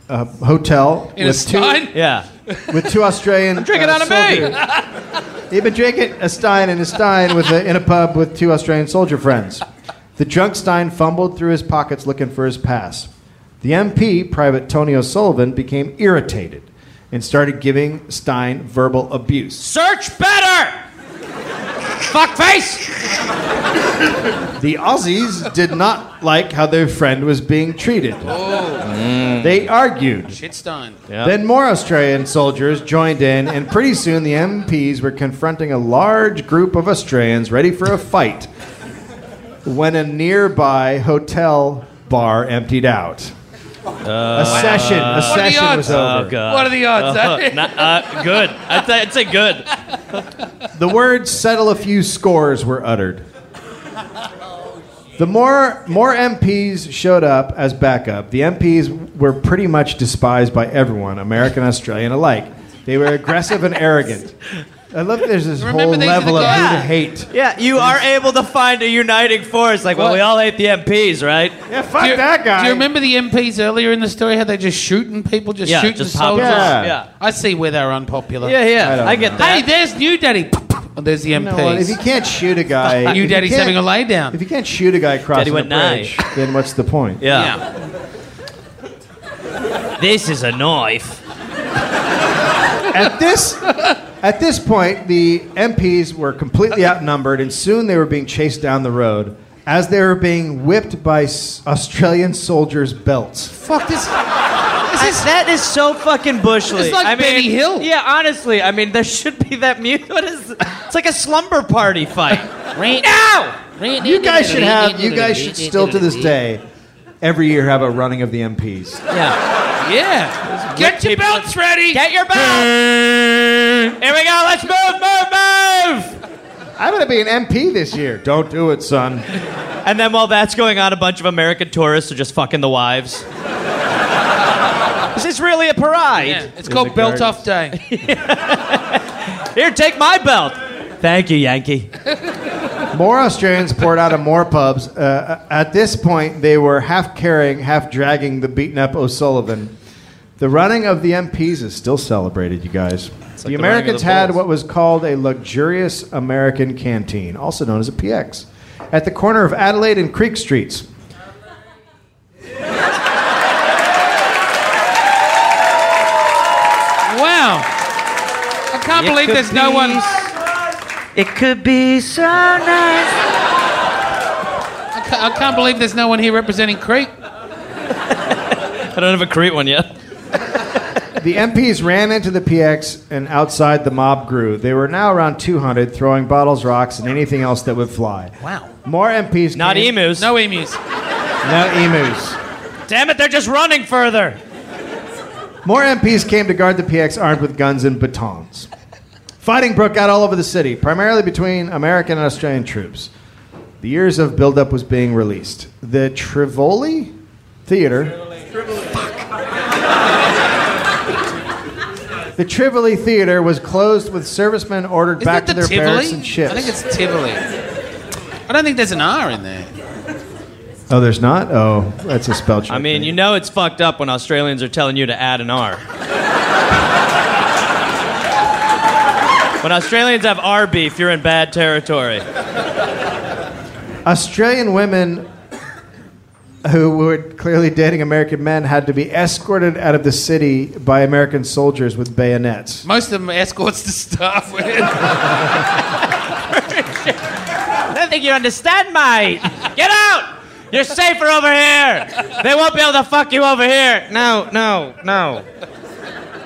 Speaker 1: a hotel
Speaker 2: In a
Speaker 1: with
Speaker 2: stein?
Speaker 3: Yeah.
Speaker 1: two with two Australian. I'm
Speaker 2: drinking out of me.
Speaker 1: He'd been drinking a Stein and a Stein with a, in a pub with two Australian soldier friends. The drunk Stein fumbled through his pockets looking for his pass. The MP, Private Tony O'Sullivan, became irritated and started giving Stein verbal abuse.
Speaker 3: Search better.
Speaker 2: Fuckface!
Speaker 1: The Aussies did not like how their friend was being treated. They argued.
Speaker 2: Shit Stein.
Speaker 1: Then more Australian soldiers joined in, and pretty soon the MPs were confronting a large group of Australians ready for a fight when a nearby hotel bar emptied out. a session, a
Speaker 2: Oh, What are the
Speaker 1: session
Speaker 2: odds?
Speaker 1: was
Speaker 3: Oh
Speaker 1: over.
Speaker 3: god.
Speaker 2: What are the odds? eh?
Speaker 3: Uh, not- uh, good. I'd, say- I'd say good.
Speaker 1: The words settle a few scores were uttered. The more, more MPs showed up as backup. The MPs were pretty much despised by everyone, American, Australian alike. They were aggressive and arrogant. I love that there's this
Speaker 2: Remember
Speaker 1: whole
Speaker 2: these are the
Speaker 1: level of
Speaker 2: guys-
Speaker 1: who to
Speaker 2: Yeah.
Speaker 1: hate.
Speaker 3: Yeah, you are able to find a uniting force. Like, well,
Speaker 2: What?
Speaker 3: we all hate the MPs, right?
Speaker 1: Yeah, fuck
Speaker 2: Do you-
Speaker 1: that guy.
Speaker 2: Do you remember the MPs earlier in the story? How they just shooting people, just
Speaker 3: Yeah,
Speaker 2: shooting
Speaker 3: just pop-
Speaker 2: soldiers.
Speaker 1: Yeah.
Speaker 3: Yeah.
Speaker 2: I see where they're unpopular.
Speaker 3: Yeah,
Speaker 1: I
Speaker 3: yeah.
Speaker 1: don't
Speaker 3: I, get
Speaker 1: know.
Speaker 3: that.
Speaker 2: Hey, there's New Daddy. And there's the
Speaker 1: You know what,
Speaker 2: MPs.
Speaker 1: if you can't shoot a guy,
Speaker 2: New
Speaker 1: if you
Speaker 2: Daddy's
Speaker 1: can't-
Speaker 2: having a lay down.
Speaker 1: If you can't shoot a guy crossing a
Speaker 3: went nigh.
Speaker 1: bridge, then what's the point?
Speaker 3: yeah.
Speaker 2: yeah.
Speaker 3: This is a knife.
Speaker 1: at this at this point, the MPs were completely outnumbered, and soon they were being chased down the road as they were being whipped by s- Australian soldiers' belts.
Speaker 2: Fuck this.
Speaker 3: I- that is so fucking bushly.
Speaker 2: It's like
Speaker 3: I mean,
Speaker 2: Benny Hill.
Speaker 3: Yeah, honestly, I mean, there should be that mute. What is? It's like a slumber party fight.
Speaker 2: Right
Speaker 3: now.
Speaker 1: You guys should have. You guys should still to this day. Every year, have a running of the MPs.
Speaker 3: Yeah.
Speaker 2: Yeah. Get your
Speaker 3: people-
Speaker 2: belts ready.
Speaker 3: Get your belt. Here we go. Let's move, move, move.
Speaker 1: I'm going to be an MP this year. Don't do it, son.
Speaker 3: And then while that's going on, a bunch of American tourists are just fucking the wives. this is really a parade.
Speaker 2: Yeah, it's called
Speaker 1: the
Speaker 2: Belt
Speaker 1: gardens.
Speaker 2: Off Day.
Speaker 3: Here, take my belt. Thank you, Yankee.
Speaker 1: More Australians poured out of more pubs. Uh, at this point, they were half carrying, half dragging the beaten up O'Sullivan. The running of the MPs is still celebrated, you guys. the,
Speaker 3: like the running of
Speaker 1: Americans
Speaker 3: the
Speaker 1: had
Speaker 3: bulls.
Speaker 1: what was called a luxurious American canteen, also known as a PX, at the corner of Adelaide and Creek Streets.
Speaker 2: wow. I can't believe
Speaker 3: could
Speaker 2: there's no
Speaker 3: be-
Speaker 2: one.
Speaker 5: It could be so nice.
Speaker 2: I ca- I can't believe there's no one here representing Creek.
Speaker 3: I don't have a Crete one yet.
Speaker 1: The MPs ran into the PX and outside the mob grew. They were now around 200, throwing bottles, rocks, and anything else that would fly.
Speaker 2: Wow.
Speaker 1: More MPs.
Speaker 3: Not
Speaker 1: came-
Speaker 3: emus.
Speaker 2: No emus.
Speaker 1: No emus.
Speaker 3: Damn it, they're just running further.
Speaker 1: More MPs came to guard the PX armed with guns and batons. Fighting broke out all over the city, primarily between American and Australian troops. The years of buildup was being released. The Trivoli Theater. Fuck. The Trivoli Theater was closed with servicemen ordered
Speaker 2: Isn't
Speaker 1: back
Speaker 2: it
Speaker 1: to
Speaker 2: the
Speaker 1: their barracks
Speaker 2: Tivoli?
Speaker 1: and ships.
Speaker 2: I think it's Tivoli. I don't think there's an R in there.
Speaker 1: oh, there's not? Oh, that's a spell check.
Speaker 3: I mean, you know it's fucked up when Australians are telling you to add an R. when Australians have R beef, you're in bad territory.
Speaker 1: Australian women who were clearly dating American men had to be escorted out of the city by American soldiers with bayonets.
Speaker 2: Most of them are escorts to start with.
Speaker 3: I don't think you understand, mate. Get out! You're safer over here. They won't be able to fuck you over here. No, no, no.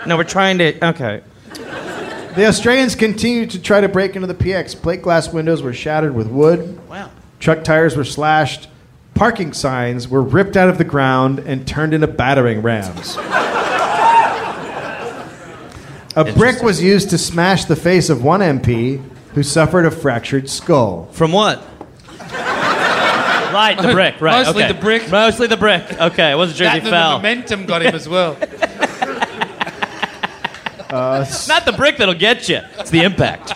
Speaker 3: No, we're trying to. Okay.
Speaker 1: The Australians continued to try to break into the PX. Plate glass windows were shattered with wood,
Speaker 2: Wow.
Speaker 1: truck tires were slashed, parking signs were ripped out of the ground and turned into battering rams. A brick was used to smash the face of one MP who suffered a fractured skull.
Speaker 3: From what? Right, the brick, right.
Speaker 2: Mostly
Speaker 3: okay.
Speaker 2: the brick.
Speaker 3: Mostly the brick. Okay, it wasn't sure
Speaker 2: That
Speaker 3: if
Speaker 2: and
Speaker 3: he
Speaker 2: the
Speaker 3: fell.
Speaker 2: momentum got him as well.
Speaker 3: Not the brick that'll get you, it's the impact.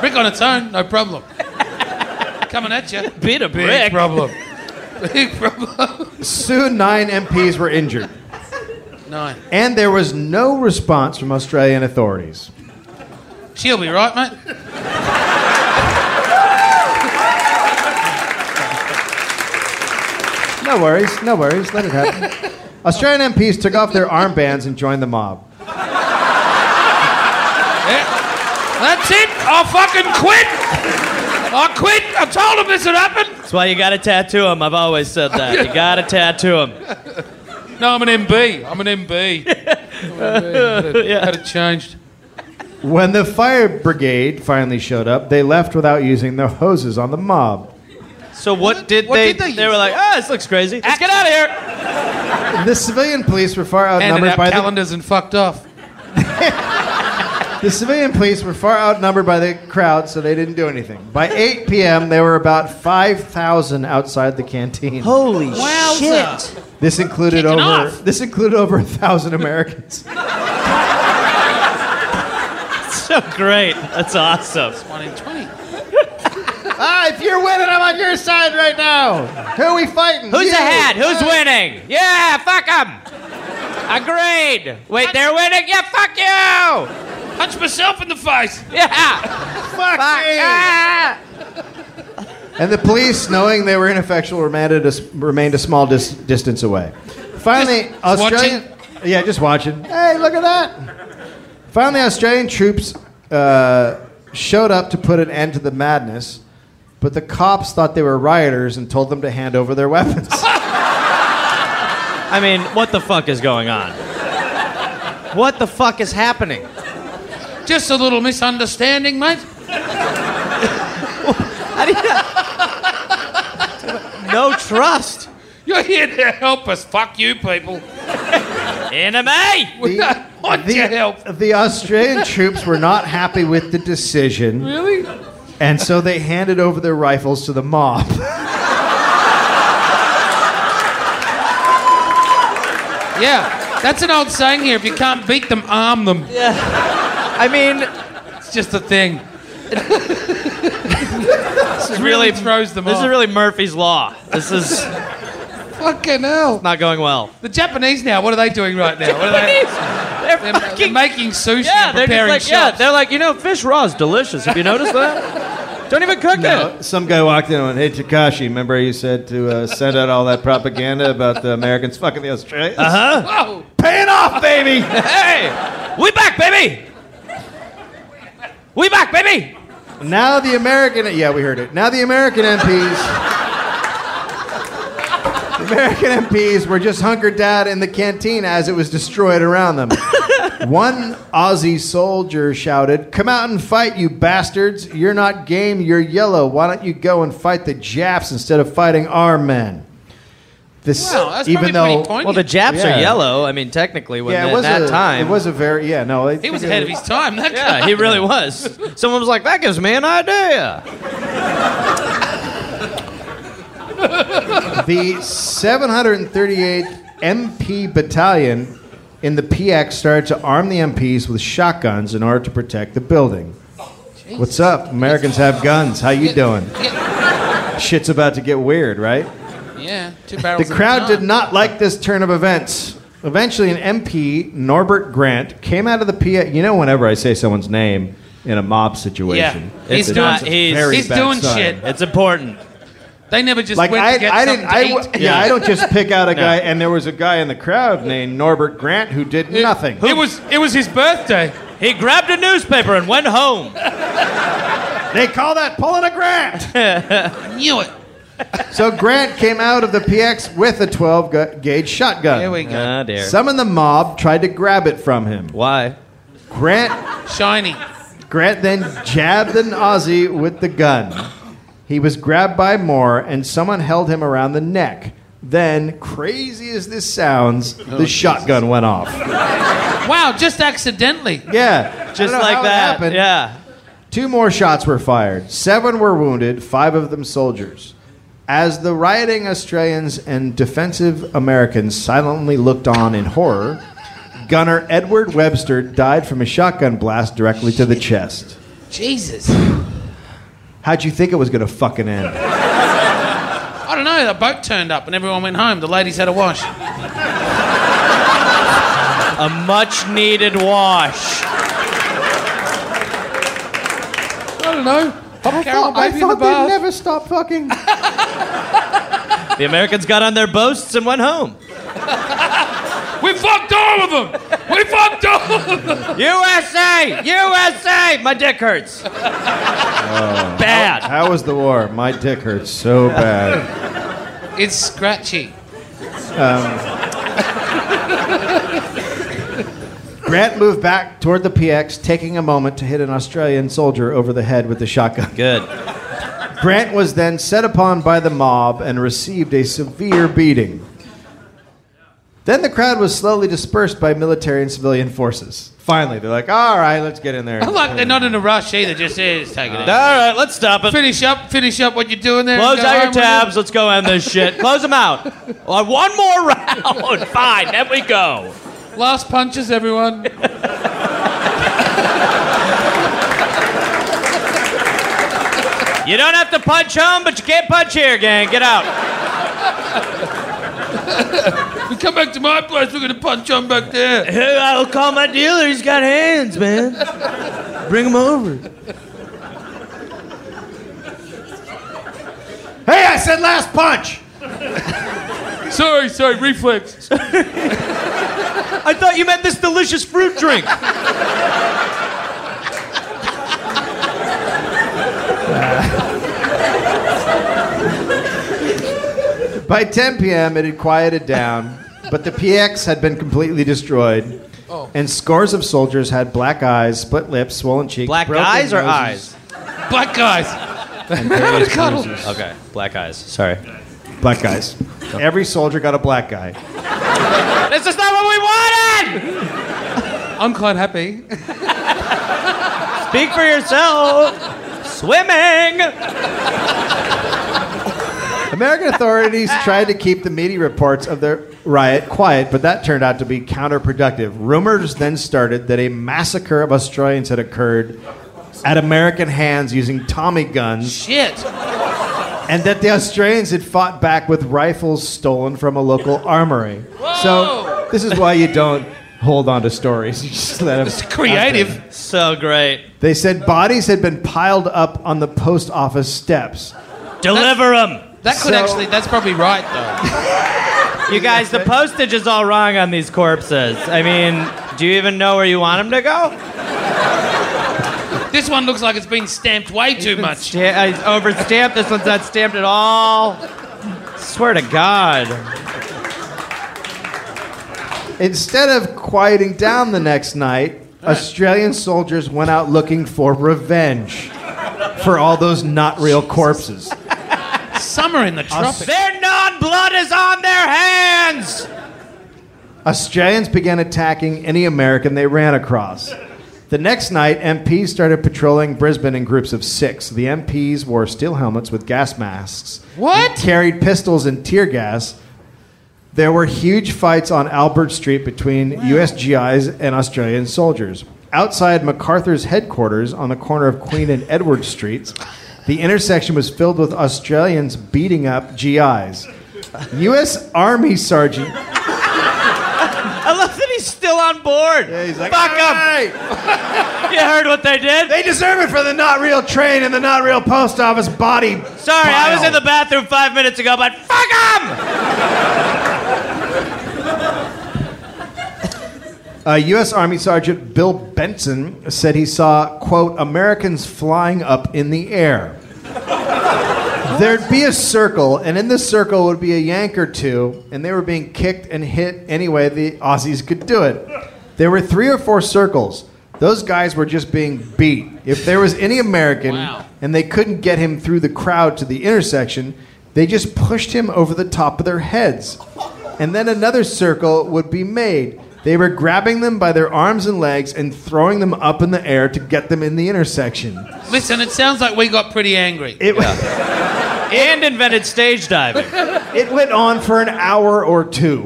Speaker 2: Brick on its own, no problem. Coming at you.
Speaker 3: Beat a
Speaker 2: Big
Speaker 3: brick.
Speaker 2: problem. Big problem.
Speaker 1: Soon, nine MPs were injured.
Speaker 2: Nine.
Speaker 1: And there was no response from Australian authorities.
Speaker 2: She'll be right, mate.
Speaker 1: No worries, no worries, let it happen. Australian MPs took off their armbands and joined the mob.
Speaker 2: That's it. I'll fucking quit. I quit. I told him this would happen.
Speaker 3: That's why you gotta tattoo him. I've always said that. You gotta tattoo him.
Speaker 2: No, I'm an MB. I'm an MB. yeah. Had it changed.
Speaker 1: When the fire brigade finally showed up, they left without using their hoses on the mob.
Speaker 3: So what did
Speaker 2: What
Speaker 3: they?
Speaker 2: did they use?
Speaker 3: were like, ah, this looks crazy. Let's get out of here.
Speaker 1: The civilian police were far
Speaker 2: Handed
Speaker 1: outnumbered
Speaker 2: out
Speaker 1: by the
Speaker 2: calendars and fucked off.
Speaker 1: The civilian police were far outnumbered by the crowd, so they didn't do anything. By 8 p.m., there were about 5,000 outside the canteen.
Speaker 5: Holy shit.
Speaker 1: This included
Speaker 2: Kicking
Speaker 1: over
Speaker 2: off.
Speaker 1: this included over a thousand Americans.
Speaker 3: So great. That's awesome.
Speaker 2: One in twenty.
Speaker 1: Ah, if you're winning, I'm on your side right now. Who are we fighting?
Speaker 3: Who's
Speaker 1: You.
Speaker 3: ahead? Who's winning? Yeah, fuck them. Agreed. Wait, they're winning. Yeah, fuck you.
Speaker 2: Punch myself in the face.
Speaker 3: Yeah.
Speaker 1: Fuck you.
Speaker 3: Ah.
Speaker 1: And the police, knowing they were ineffectual, remanded us, remained a small dis- distance away. Finally, Australian. Yeah, just watching. Hey, look at that. Finally, Australian troops uh, showed up to put an end to the madness, but the cops thought they were rioters and told them to hand over their weapons.
Speaker 3: I mean, what the fuck is going on? What the fuck is happening?
Speaker 2: Just a little misunderstanding, mate.
Speaker 3: No trust.
Speaker 2: You're here to help us. Fuck you, people.
Speaker 3: Enemy.
Speaker 2: We
Speaker 1: The-
Speaker 2: don't want your help.
Speaker 1: the Australian troops were not happy with the decision.
Speaker 2: Really?
Speaker 1: And so they handed over their rifles to the mob.
Speaker 2: Yeah. That's an old saying here. If you can't beat them, arm them.
Speaker 3: I mean,
Speaker 2: It's just a thing.
Speaker 3: this is
Speaker 2: Really
Speaker 3: really
Speaker 2: throws them
Speaker 3: This
Speaker 2: off.
Speaker 3: is really Murphy's law. This is
Speaker 2: Fucking hell.
Speaker 3: not going well.
Speaker 2: The Japanese now, what are they doing right now? What are they,
Speaker 3: They're,
Speaker 2: they're, they're
Speaker 3: fucking
Speaker 2: making sushi
Speaker 3: yeah.
Speaker 2: and
Speaker 3: They're just
Speaker 2: preparing
Speaker 3: like yeah.
Speaker 2: shots.
Speaker 3: They're like you know, fish raw is delicious. Have you noticed that? Don't even cook it.
Speaker 1: Uh, Some guy walked in and went, Hey, Takashi, remember you said to uh, send out all that propaganda about the Americans fucking the Australians? Uh huh.
Speaker 2: Whoa.
Speaker 1: Paying off, baby!
Speaker 3: Hey, we back, baby. We back, baby.
Speaker 1: now the American, yeah, we heard it. Now the American MPs American MPs were just hunkered down in the canteen as it was destroyed around them. One Aussie soldier shouted, Come out and fight, you bastards. You're not game, you're yellow. Why don't you go and fight the Japs instead of fighting our men? This,
Speaker 2: Wow, that's
Speaker 1: even
Speaker 2: probably
Speaker 1: though,
Speaker 2: pretty poignant.
Speaker 3: Well, the Japs
Speaker 1: Yeah.
Speaker 3: are yellow. I mean, technically, when
Speaker 1: yeah, it
Speaker 3: at
Speaker 1: was
Speaker 3: that
Speaker 1: a,
Speaker 3: time,
Speaker 1: It was a very, yeah, no. I
Speaker 2: he was
Speaker 1: think
Speaker 2: ahead of
Speaker 1: it-
Speaker 2: his time. That
Speaker 3: Yeah,
Speaker 2: guy.
Speaker 3: he really was. Someone was like, "That gives me an idea."
Speaker 1: The 738th MP battalion in the PX started to arm the MPs with shotguns in order to protect the building. What's up? Americans have guns. How you doing? Shit's about to get weird, right?
Speaker 2: Yeah, two barrels.
Speaker 1: The crowd did
Speaker 2: didn't.
Speaker 1: not like this turn of events. Eventually, an MP, Norbert Grant, came out of the PX. You know, whenever I say someone's name in a mob situation,
Speaker 2: Yeah. He's
Speaker 1: it's-
Speaker 2: doing-
Speaker 1: that's a
Speaker 2: he's-
Speaker 1: very
Speaker 2: he's
Speaker 1: bad
Speaker 2: doing
Speaker 1: sign.
Speaker 2: shit.
Speaker 3: It's important.
Speaker 2: They never just
Speaker 1: Like
Speaker 2: went
Speaker 1: I,
Speaker 2: to get
Speaker 1: I
Speaker 2: something
Speaker 1: didn't.
Speaker 2: to
Speaker 1: I,
Speaker 2: eat.
Speaker 1: w- yeah, I don't just pick out a guy. And there was a guy in the crowd named Norbert Grant who did nothing.
Speaker 2: It was it was his birthday.
Speaker 3: He grabbed a newspaper and went home.
Speaker 1: They call that pulling a Grant.
Speaker 2: Knew it.
Speaker 1: so Grant came out of the PX with a 12 gu- gauge shotgun.
Speaker 2: Here we go.
Speaker 3: Ah, dear.
Speaker 1: Some in the mob tried to grab it from him.
Speaker 3: Why?
Speaker 1: Grant,
Speaker 2: Shiny.
Speaker 1: Grant then jabbed an Aussie with the gun. He was grabbed by Moore, and someone held him around the neck. Then, crazy as this sounds, the shotgun went off.
Speaker 2: Wow, just accidentally.
Speaker 1: Yeah,
Speaker 3: Just like that. Yeah.
Speaker 1: Two more shots were fired. Seven were wounded, five of them soldiers. As the rioting Australians and defensive Americans silently looked on in horror, gunner Edward Webster died from a shotgun blast directly to the chest.
Speaker 2: Jesus.
Speaker 1: How'd you think it was going to fucking end?
Speaker 2: I don't know. The boat turned up and everyone went home. The ladies had a wash.
Speaker 3: A much needed wash.
Speaker 2: I don't know. Pop Carol
Speaker 1: I
Speaker 2: baby in the
Speaker 1: thought they'd
Speaker 2: bath.
Speaker 1: never stop fucking.
Speaker 3: The Americans got on their boasts and went home.
Speaker 2: we fucked all of them. We fucked all of them.
Speaker 3: USA! USA! My dick hurts. Bad.
Speaker 1: Oh. How was the war? My dick hurts so bad.
Speaker 2: It's scratchy.
Speaker 1: Grant moved back toward the PX, taking a moment to hit an Australian soldier over the head with the shotgun.
Speaker 3: Good.
Speaker 1: Grant was then set upon by the mob and received a severe beating. Then the crowd was slowly dispersed by military and civilian forces. Finally, they're like, all right, let's get in there.
Speaker 3: Oh,
Speaker 2: I like they're not in a rush either. Just is taking
Speaker 3: All
Speaker 2: it.
Speaker 3: right, let's stop it.
Speaker 2: Finish up. Finish up what you're doing there. and
Speaker 3: Close
Speaker 2: go
Speaker 3: out
Speaker 2: home
Speaker 3: your
Speaker 2: with it.
Speaker 3: tabs. Let's go end this shit. Close them out. Uh, One more round. Fine. There we go.
Speaker 2: Last punches, everyone.
Speaker 3: You don't have to punch home, but you can't punch here, gang. Get out.
Speaker 2: we come back to my place. We're gonna punch on back there.
Speaker 3: Hey, I'll call my dealer. He's got hands, man. Bring him over.
Speaker 1: hey, I said last punch!
Speaker 2: Sorry, sorry. Reflex.
Speaker 3: I thought you meant this delicious fruit drink.
Speaker 1: By 10 p.m., it had quieted down, but the PX had been completely destroyed,
Speaker 3: Oh.
Speaker 1: and scores of soldiers had black eyes, split lips, swollen cheeks.
Speaker 3: Black
Speaker 1: broken
Speaker 3: eyes or
Speaker 1: noses.
Speaker 3: eyes?
Speaker 2: Black guys. Having a cuddle.
Speaker 3: Okay, black eyes. Sorry.
Speaker 1: Black guys. Every soldier got a black guy.
Speaker 3: This is not what we wanted!
Speaker 2: I'm quite happy.
Speaker 3: Speak for yourself. Swimming.
Speaker 1: American authorities tried to keep the media reports of the riot quiet, but that turned out to be counterproductive. Rumors then started that a massacre of Australians had occurred at American hands using Tommy guns,
Speaker 2: Shit.
Speaker 1: and that the Australians had fought back with rifles stolen from a local armory. So, this is why you don't hold on to stories. You just let them.
Speaker 2: It's creative.
Speaker 3: So great.
Speaker 1: They said bodies had been piled up on the post office steps.
Speaker 3: Deliver them.
Speaker 2: That could
Speaker 1: So-
Speaker 2: actually. That's probably right though.
Speaker 3: You guys, the postage is all wrong on these corpses. I mean, do you even know where you want them to go?
Speaker 2: This one looks like it's been stamped way too much.
Speaker 3: Sta- I overstamped. This one's not stamped at all. Swear to God.
Speaker 1: Instead of quieting down the next night, Australian soldiers went out looking for revenge for all those not real corpses.
Speaker 2: Summer in the tropics.
Speaker 3: Their non blood is on their hands!
Speaker 1: Australians began attacking any American they ran across. The next night, MPs started patrolling Brisbane in groups of six. The MPs wore steel helmets with gas masks.
Speaker 2: What?
Speaker 1: and Carried pistols and tear gas. There were huge fights on Albert Street between USGIs and Australian soldiers. Outside MacArthur's headquarters on the corner of Queen and Edward Streets, the intersection was filled with Australians beating up GIs. U.S. Army Sergeant
Speaker 3: I love that he's still on board.
Speaker 1: Yeah, he's like, "Ah!"
Speaker 3: Fuck 'em. You heard what they did?
Speaker 1: They deserve it for the not real train and the not real post office body.
Speaker 3: Sorry, I was
Speaker 1: pile."
Speaker 3: in the bathroom five minutes ago, but fuck them!
Speaker 1: Uh, U.S. Army Sergeant Bill Benson said he saw, quote, Americans flying up in the air. There'd be a circle, and in the circle would be a yank or two, and they were being kicked and hit any way the Aussies could do it. There were three or four circles. Those guys were just being beat. If there was any American
Speaker 2: Wow.
Speaker 1: and they couldn't get him through the crowd to the intersection, they just pushed him over the top of their heads. And then another circle would be made. They were grabbing them by their arms and legs and throwing them up in the air to get them in the intersection.
Speaker 2: Listen, it sounds like we got pretty angry.
Speaker 1: It,
Speaker 3: And invented stage diving.
Speaker 1: it went on for an hour or two.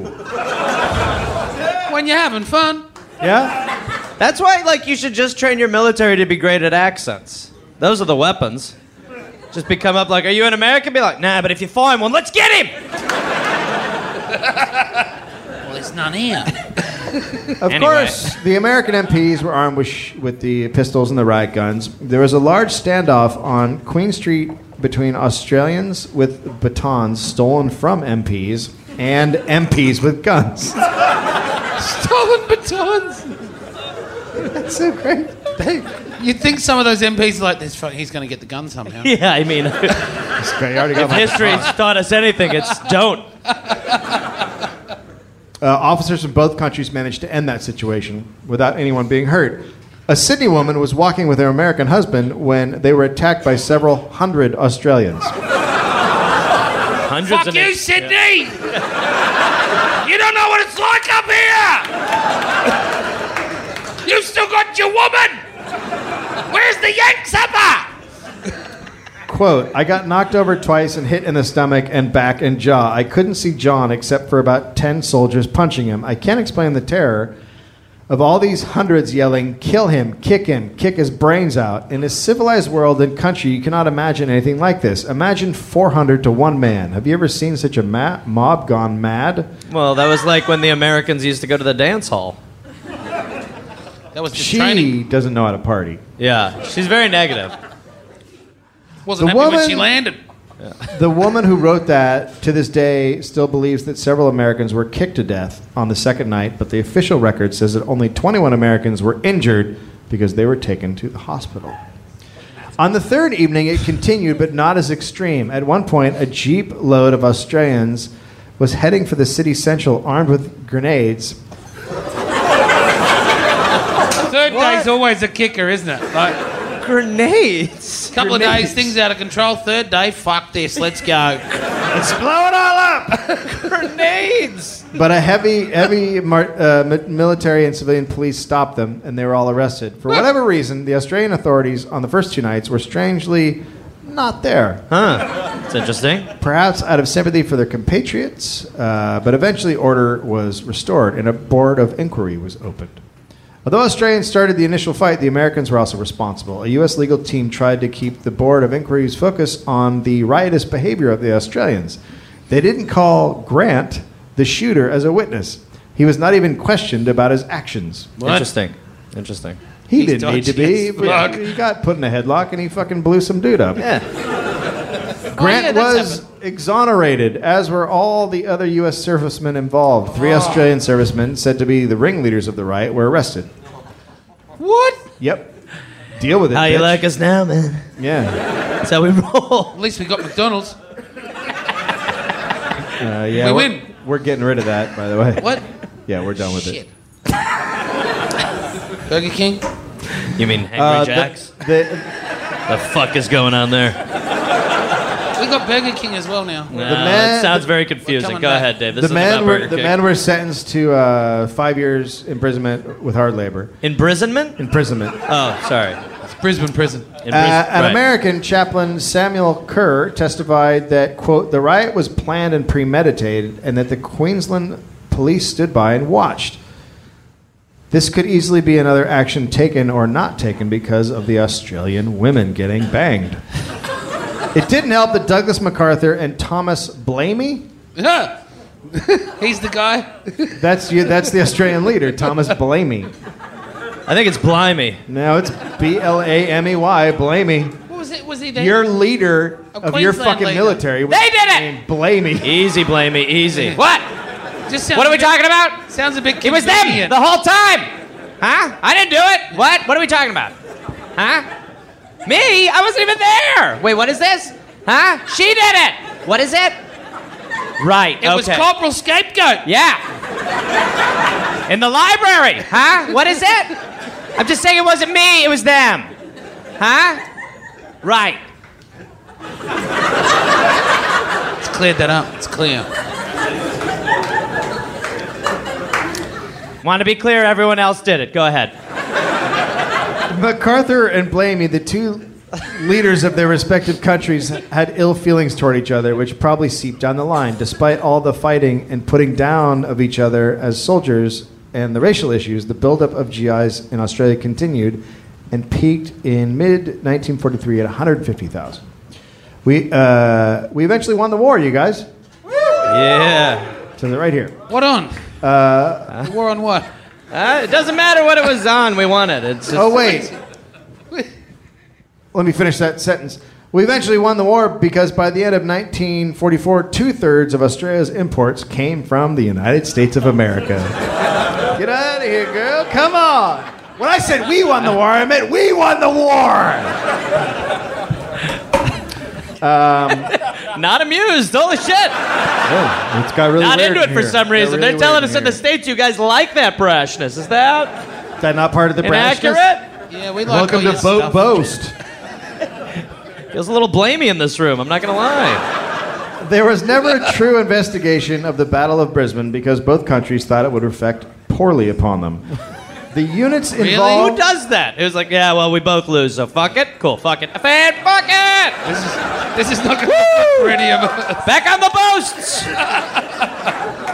Speaker 2: When you're having fun.
Speaker 1: Yeah?
Speaker 3: That's why, like, you should just train your military to be great at accents. Those are the weapons. Just become up like, are you an American? Be like, nah, but if you find one, let's get him!
Speaker 2: Well, there's none here.
Speaker 1: Of
Speaker 3: Anyway.
Speaker 1: course, the American MPs were armed with, sh- with the pistols and the riot guns. There was a large standoff on Queen Street between Australians with batons stolen from MPs and MPs with guns.
Speaker 2: Stolen batons.
Speaker 1: That's so great. They-
Speaker 2: You'd think some of those MPs are like this. fuck, He's going to get the gun somehow.
Speaker 3: Yeah, I mean, if
Speaker 1: That's great. I already got my-
Speaker 3: history's taught us anything, it's don't.
Speaker 1: Uh, officers from both countries managed to end that situation without anyone being hurt. A Sydney woman was walking with her American husband when they were attacked by several hundred Australians.
Speaker 3: Hundreds
Speaker 2: Fuck
Speaker 3: of
Speaker 2: you, Sydney. you don't know what it's like up here. You've still got your woman. Where's the Yank supper?
Speaker 1: Quote, I got knocked over twice and hit in the stomach and back and jaw. I couldn't see John except for about 10 soldiers punching him. I can't explain the terror of all these hundreds yelling, kill him, kick him, kick his brains out. In a civilized world and country, you cannot imagine anything like this. Imagine 400 to one man. Have you ever seen such a ma- mob gone mad?
Speaker 3: Well, that was like when the Americans used to go to the dance hall.
Speaker 2: That was just
Speaker 1: She
Speaker 2: training.
Speaker 1: doesn't know how to party.
Speaker 3: Yeah, she's very negative.
Speaker 2: Wasn't
Speaker 1: The
Speaker 2: happy when she
Speaker 1: woman-
Speaker 2: landed.
Speaker 1: The woman who wrote that to this day still believes that several Americans were kicked to death on the second night, but the official record says that only 21 Americans were injured because they were taken to the hospital. On the third evening, it continued, but not as extreme. At one point, a jeep load of Australians was heading for the city central armed with grenades.
Speaker 2: Third day's always a kicker, isn't it? Like
Speaker 3: Grenades.
Speaker 2: couple of days, things out of control. Third day, fuck this, let's go.
Speaker 1: Let's blow it all up!
Speaker 3: Grenades.
Speaker 1: But a heavy, heavy mar- uh, mi- military and civilian police stopped them, and they were all arrested. For whatever reason, the Australian authorities on the first two nights were strangely not there,
Speaker 3: It's interesting.
Speaker 1: perhaps out of sympathy for their compatriots. Uh, but eventually, order was restored, and a board of inquiry was opened. Although Australians started the initial fight, the Americans were also responsible. A U.S. legal team tried to keep the Board of Inquiry's focus on the riotous behavior of the Australians. They didn't call Grant, the shooter, as a witness. He was not even questioned about his actions.
Speaker 3: Interesting. Interesting.
Speaker 1: He
Speaker 2: He's
Speaker 1: didn't need to be,
Speaker 2: dodgy as
Speaker 1: but
Speaker 2: fuck.
Speaker 1: he got put in a headlock and he fucking blew some dude up.
Speaker 3: Oh,
Speaker 1: Grant
Speaker 2: yeah, that's
Speaker 1: was exonerated, as were all the other U.S. servicemen involved. Three
Speaker 3: Ah.
Speaker 1: Australian servicemen, said to be the ringleaders of the riot, were arrested.
Speaker 2: What?
Speaker 1: Yep. Deal with it.
Speaker 3: How you
Speaker 1: bitch.
Speaker 3: like us now, man?
Speaker 1: Yeah.
Speaker 3: That's how we roll.
Speaker 2: At least we got McDonald's.
Speaker 1: Uh, yeah,
Speaker 2: We
Speaker 1: we're-
Speaker 2: win.
Speaker 1: We're getting rid of that, by the way.
Speaker 2: What?
Speaker 1: Yeah, we're done with it.
Speaker 2: Shit. Burger King.
Speaker 3: You mean Henry
Speaker 1: Uh, the-
Speaker 3: Jacks?
Speaker 1: the-
Speaker 3: The fuck is going on there?
Speaker 2: We got Burger King as well now.
Speaker 3: No,
Speaker 1: man-
Speaker 3: Uh, it sounds very
Speaker 2: We're
Speaker 3: confusing.
Speaker 2: coming
Speaker 3: Go
Speaker 2: back.
Speaker 3: ahead, Dave. This
Speaker 1: the
Speaker 3: is
Speaker 1: man
Speaker 3: about Burger
Speaker 1: were, the
Speaker 3: King.
Speaker 1: man were sentenced to uh, five years imprisonment with hard labor.
Speaker 3: Imprisonment?
Speaker 1: Imprisonment.
Speaker 3: Oh, sorry.
Speaker 2: It's Brisbane prison.
Speaker 3: Impris-
Speaker 1: Uh, an
Speaker 3: right.
Speaker 1: American chaplain, Samuel Kerr, testified that, quote, the riot was planned and premeditated and that the Queensland police stood by and watched. This could easily be another action taken or not taken because of the Australian women getting banged. it didn't help that Douglas MacArthur and Thomas Blamey,
Speaker 2: Yeah. He's the guy.
Speaker 1: that's, you, that's the Australian leader, Thomas Blamey.
Speaker 3: I think it's Blimey.
Speaker 1: Now it's B L A M E Y, Blamey.
Speaker 2: What was it? Was he there?
Speaker 1: Your leader
Speaker 2: A
Speaker 1: of your
Speaker 2: Queensland
Speaker 1: fucking
Speaker 2: leader.
Speaker 1: military. was
Speaker 2: They did it!
Speaker 1: named Blamey.
Speaker 3: Easy, Blamey. Easy.
Speaker 2: what? Just sounds
Speaker 3: What are
Speaker 2: a
Speaker 3: we
Speaker 2: bit-
Speaker 3: talking about?
Speaker 2: Sounds a bit.
Speaker 3: It was them
Speaker 2: convenient.
Speaker 3: the whole time. Huh? I didn't do it. What? What are we talking about? Huh? Me? I wasn't even there. Wait, what is this? Huh? She did it. What is it? Right.
Speaker 2: It was Corporal Scapegoat.
Speaker 3: Yeah. In the library, huh? What is it? I'm just saying it wasn't me, it was them. Huh? Right.
Speaker 2: It's cleared that up. It's clear.
Speaker 3: Want to be clear, everyone else did it. Go ahead.
Speaker 1: MacArthur and Blamey, the two leaders of their respective countries, had ill feelings toward each other, which probably seeped down the line, despite all the fighting and putting down of each other as soldiers and the racial issues. The buildup of GIs in Australia continued and peaked in mid 1943 at 150,000. We uh, we eventually won the war, you guys.
Speaker 3: Yeah.
Speaker 1: To the right here.
Speaker 2: What on? Uh, the war on what?
Speaker 3: Uh, it doesn't matter what it was on, we won it. It's just,
Speaker 1: Oh wait. Let me finish that sentence. We eventually won the war because by the end of 1944, two thirds of Australia's imports came from the United States of America. Get out of here, girl. Come on. When I said we won the war, I meant we won the war.
Speaker 3: Not amused. Holy shit.
Speaker 1: Oh, it's got really
Speaker 3: Not
Speaker 1: weird
Speaker 3: into it for
Speaker 1: here.
Speaker 3: some
Speaker 1: Got
Speaker 3: reason.
Speaker 1: really
Speaker 3: They're telling
Speaker 1: weird
Speaker 3: us in the
Speaker 1: here.
Speaker 3: States you guys like that brashness. Is that
Speaker 1: Is that not part of the brashness?
Speaker 3: inaccurate?
Speaker 2: Yeah, we like
Speaker 1: Welcome
Speaker 2: all your
Speaker 1: to Bo-
Speaker 2: stuff.
Speaker 1: Boast.
Speaker 3: Feels a little blamey in this room, I'm not going to lie.
Speaker 1: There was never a true investigation of the Battle of Brisbane because both countries thought it would reflect poorly upon them. The units
Speaker 3: Who
Speaker 1: involved.
Speaker 3: does that? It was like, yeah, well, we both lose, so fuck it. Cool, fuck it. Fan, fuck it!
Speaker 2: This is, this is not going to for any of us.
Speaker 3: Back on the boasts!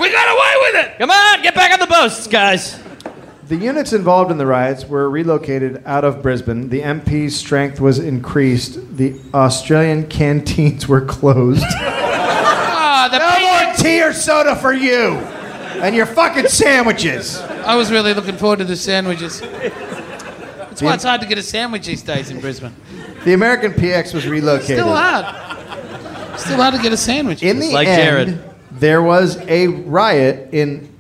Speaker 2: We got away with it.
Speaker 3: Come on, get back on the boasts, guys.
Speaker 1: The units involved in the riots were relocated out of Brisbane. The MP's strength was increased. The Australian canteens were closed.
Speaker 2: Ah, the
Speaker 1: no
Speaker 2: peanut-
Speaker 1: more tea or soda for you, and your fucking sandwiches.
Speaker 2: I was really looking forward to the sandwiches. That's why it's hard to get a sandwich these days in Brisbane.
Speaker 1: The American PX was relocated.
Speaker 2: Still hard. Still hard to get a sandwich.
Speaker 1: In the
Speaker 3: like
Speaker 1: end,
Speaker 3: Jared.
Speaker 1: there was a riot in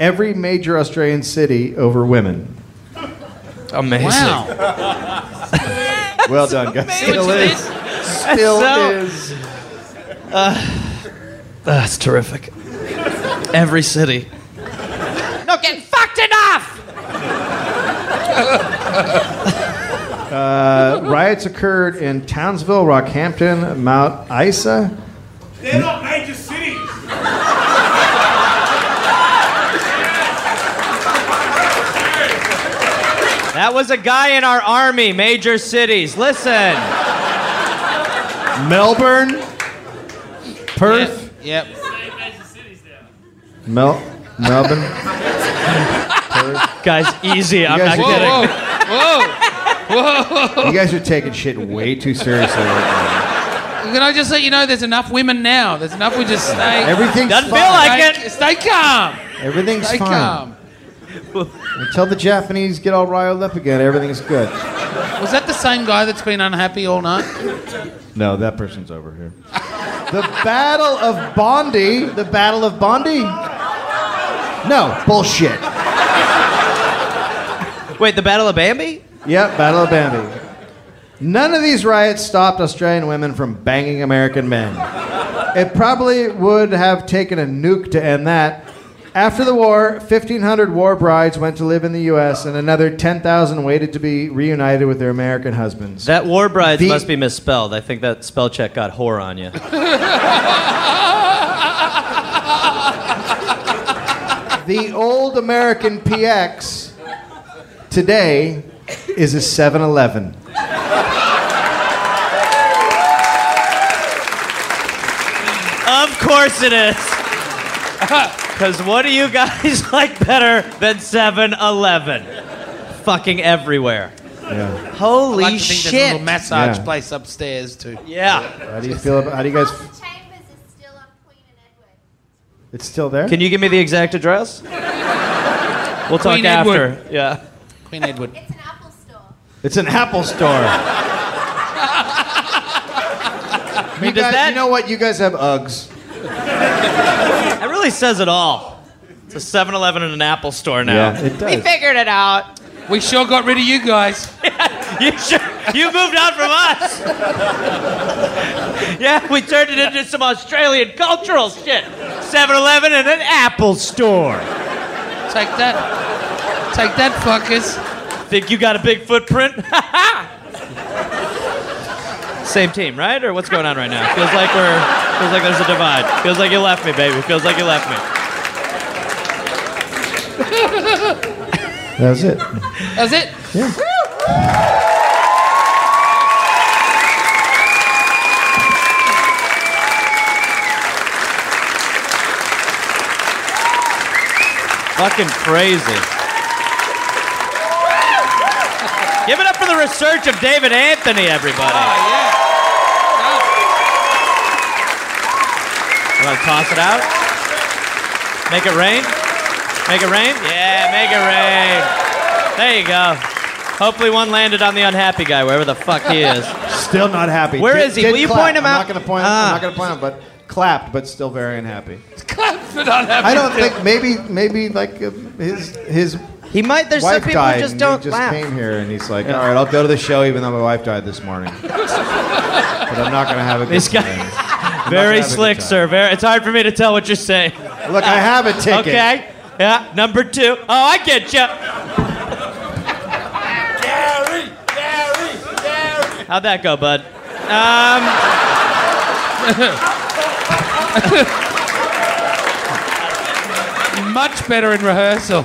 Speaker 1: every major Australian city over women.
Speaker 3: Amazing.
Speaker 2: wow.
Speaker 1: Well done, guys.
Speaker 2: See what you did?
Speaker 1: Still
Speaker 3: So-
Speaker 1: is.
Speaker 3: That's terrific. Every city. No getting fucked enough!
Speaker 1: Uh, riots occurred in Townsville, Rockhampton, Mount Isa.
Speaker 4: They're not major cities.
Speaker 3: That was a guy in our army, major cities. Listen.
Speaker 1: Melbourne, Perth,
Speaker 2: Yep.
Speaker 1: Mel- Melbourne.
Speaker 3: Guys, easy. I'm
Speaker 1: guys
Speaker 3: not
Speaker 1: are-
Speaker 2: Whoa,
Speaker 3: kidding.
Speaker 2: whoa, whoa.
Speaker 1: You guys are taking shit way too seriously. Right
Speaker 2: Can I just let you know there's enough women now? There's enough we just stay.
Speaker 1: now. Everything's
Speaker 3: Doesn't
Speaker 1: fine.
Speaker 3: feel like-
Speaker 2: stay, stay calm.
Speaker 1: Everything's
Speaker 2: Stay
Speaker 1: fine.
Speaker 2: calm.
Speaker 1: Until the Japanese get all riled up again, everything's good.
Speaker 2: Was that the same guy that's been unhappy all night?
Speaker 1: No, that person's over here. the Battle of Bondi. The Battle of Bondi? No, bullshit.
Speaker 3: Wait, the Battle of Bambi?
Speaker 1: Yep, Battle of Bambi. None of these riots stopped Australian women from banging American men. It probably would have taken a nuke to end that. After the war, 1,500 war brides went to live in the U.S., and another 10,000 waited to be reunited with their American husbands.
Speaker 3: That war brides
Speaker 1: The-
Speaker 3: must be misspelled. I think that spell check got whore on you.
Speaker 1: The old American PX today is a 7 Eleven.
Speaker 3: of course it is. Because what do you guys like better than 7 Eleven? Fucking everywhere.
Speaker 1: Yeah.
Speaker 3: Holy
Speaker 2: like to think there's a little
Speaker 3: shit.
Speaker 2: massage
Speaker 1: Yeah.
Speaker 2: place upstairs too.
Speaker 3: yeah.
Speaker 1: How do you feel about How do you guys.
Speaker 8: Charles Chambers is still on Queen and Edward.
Speaker 1: It's still there?
Speaker 3: Can you give me the exact address? We'll talk
Speaker 2: Queen
Speaker 3: after.
Speaker 2: Edward.
Speaker 3: Yeah.
Speaker 2: Queen Edward.
Speaker 8: It's an Apple store.
Speaker 1: It's an Apple store. you,
Speaker 3: does
Speaker 1: guys,
Speaker 3: that-
Speaker 1: you know what? You guys have Uggs.
Speaker 3: That really says it all. It's a 7 Eleven and an Apple store now.
Speaker 1: it does.
Speaker 3: figured it out.
Speaker 2: We sure got rid of you guys.
Speaker 3: You, sure, you moved on from us. yeah, we turned it into some Australian cultural shit. 7 Eleven and an Apple store.
Speaker 2: Take that. Take that, fuckers.
Speaker 3: Think you got a big footprint? Same team, right? Or what's going on right now? Feels like we're feels like there's a divide. Feels like you left me, baby. Feels like you left me.
Speaker 1: That was it.
Speaker 2: That's it.
Speaker 3: Fucking crazy. Give it up for the research of David Anthony, everybody.
Speaker 2: Oh,
Speaker 3: You want to toss it out? Make it rain? Make it rain? Yeah, make it rain. There you go. Hopefully one landed on the unhappy guy, wherever the fuck he is.
Speaker 1: Still not happy.
Speaker 3: Where
Speaker 1: Where is
Speaker 3: is he? Will you point him out?
Speaker 1: I'm not going to point.
Speaker 3: Ah.
Speaker 1: I'm not going to point him, but clapped, but still very unhappy.
Speaker 2: yeah. Clap for not having
Speaker 1: I don't
Speaker 2: it.
Speaker 1: think maybe maybe like uh, his his
Speaker 3: He might. There's
Speaker 1: wife
Speaker 3: some people
Speaker 1: died
Speaker 3: who just
Speaker 1: and
Speaker 3: don't
Speaker 1: he just
Speaker 3: laugh.
Speaker 1: came here and he's like, all right, I'll go to the show even though my wife died this morning, but I'm not going to have a good
Speaker 3: This guy-
Speaker 1: time. I'm not gonna
Speaker 3: Very
Speaker 1: have a good
Speaker 3: slick,
Speaker 1: time.
Speaker 3: sir. Very, it's hard for me to tell what you're saying.
Speaker 1: Look, I have a ticket.
Speaker 3: Okay. Yeah. Number two. Oh, I get you.
Speaker 4: Gary, Gary, Gary.
Speaker 3: How'd that go, bud?
Speaker 2: Much better in rehearsal.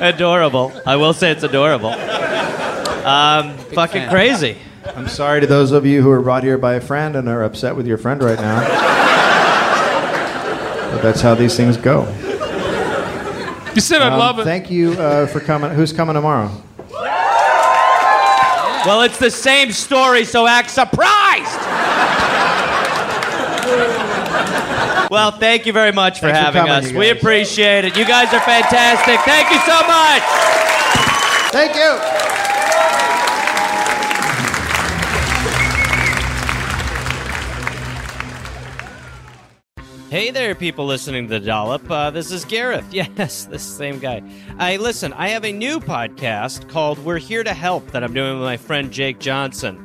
Speaker 3: Adorable. I will say it's adorable. Um, fucking
Speaker 2: fan.
Speaker 3: crazy.
Speaker 1: I'm sorry to those of you who are brought here by a friend and are upset with your friend right now. but that's how these things go.
Speaker 2: You said I'd
Speaker 1: Um,
Speaker 2: love it.
Speaker 1: Thank you uh, for coming. Who's coming tomorrow?
Speaker 3: Well, it's the same story, so act surprised. well, thank you very much for
Speaker 1: Thanks for
Speaker 3: having
Speaker 1: coming,
Speaker 3: us.
Speaker 1: you
Speaker 3: We
Speaker 1: guys.
Speaker 3: appreciate it. You guys are fantastic. Thank you so much.
Speaker 1: Thank you.
Speaker 3: Hey there, people listening to the Dollop. Uh, this is Gareth. Yes, this same guy. I listen. I have a new podcast called "We're Here to Help" that I'm doing with my friend Jake Johnson.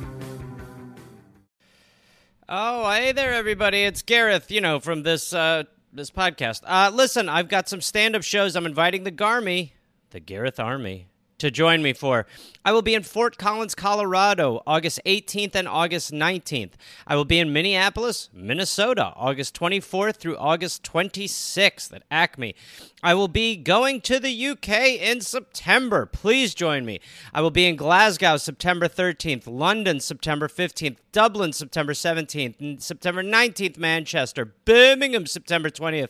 Speaker 3: Oh, hey there, everybody! It's Gareth, you know, from this uh, this podcast. Uh, listen, I've got some stand up shows. I'm inviting the Garmy, the Gareth Army, to join me for. I will be in Fort Collins, Colorado, August 18th and August 19th. I will be in Minneapolis, Minnesota, August 24th through August 26th at Acme. I will be going to the UK in September. Please join me. I will be in Glasgow September 13th, London September 15th, Dublin September 17th, and September 19th, Manchester, Birmingham September 20th,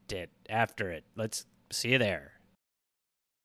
Speaker 3: it after it. Let's see you there.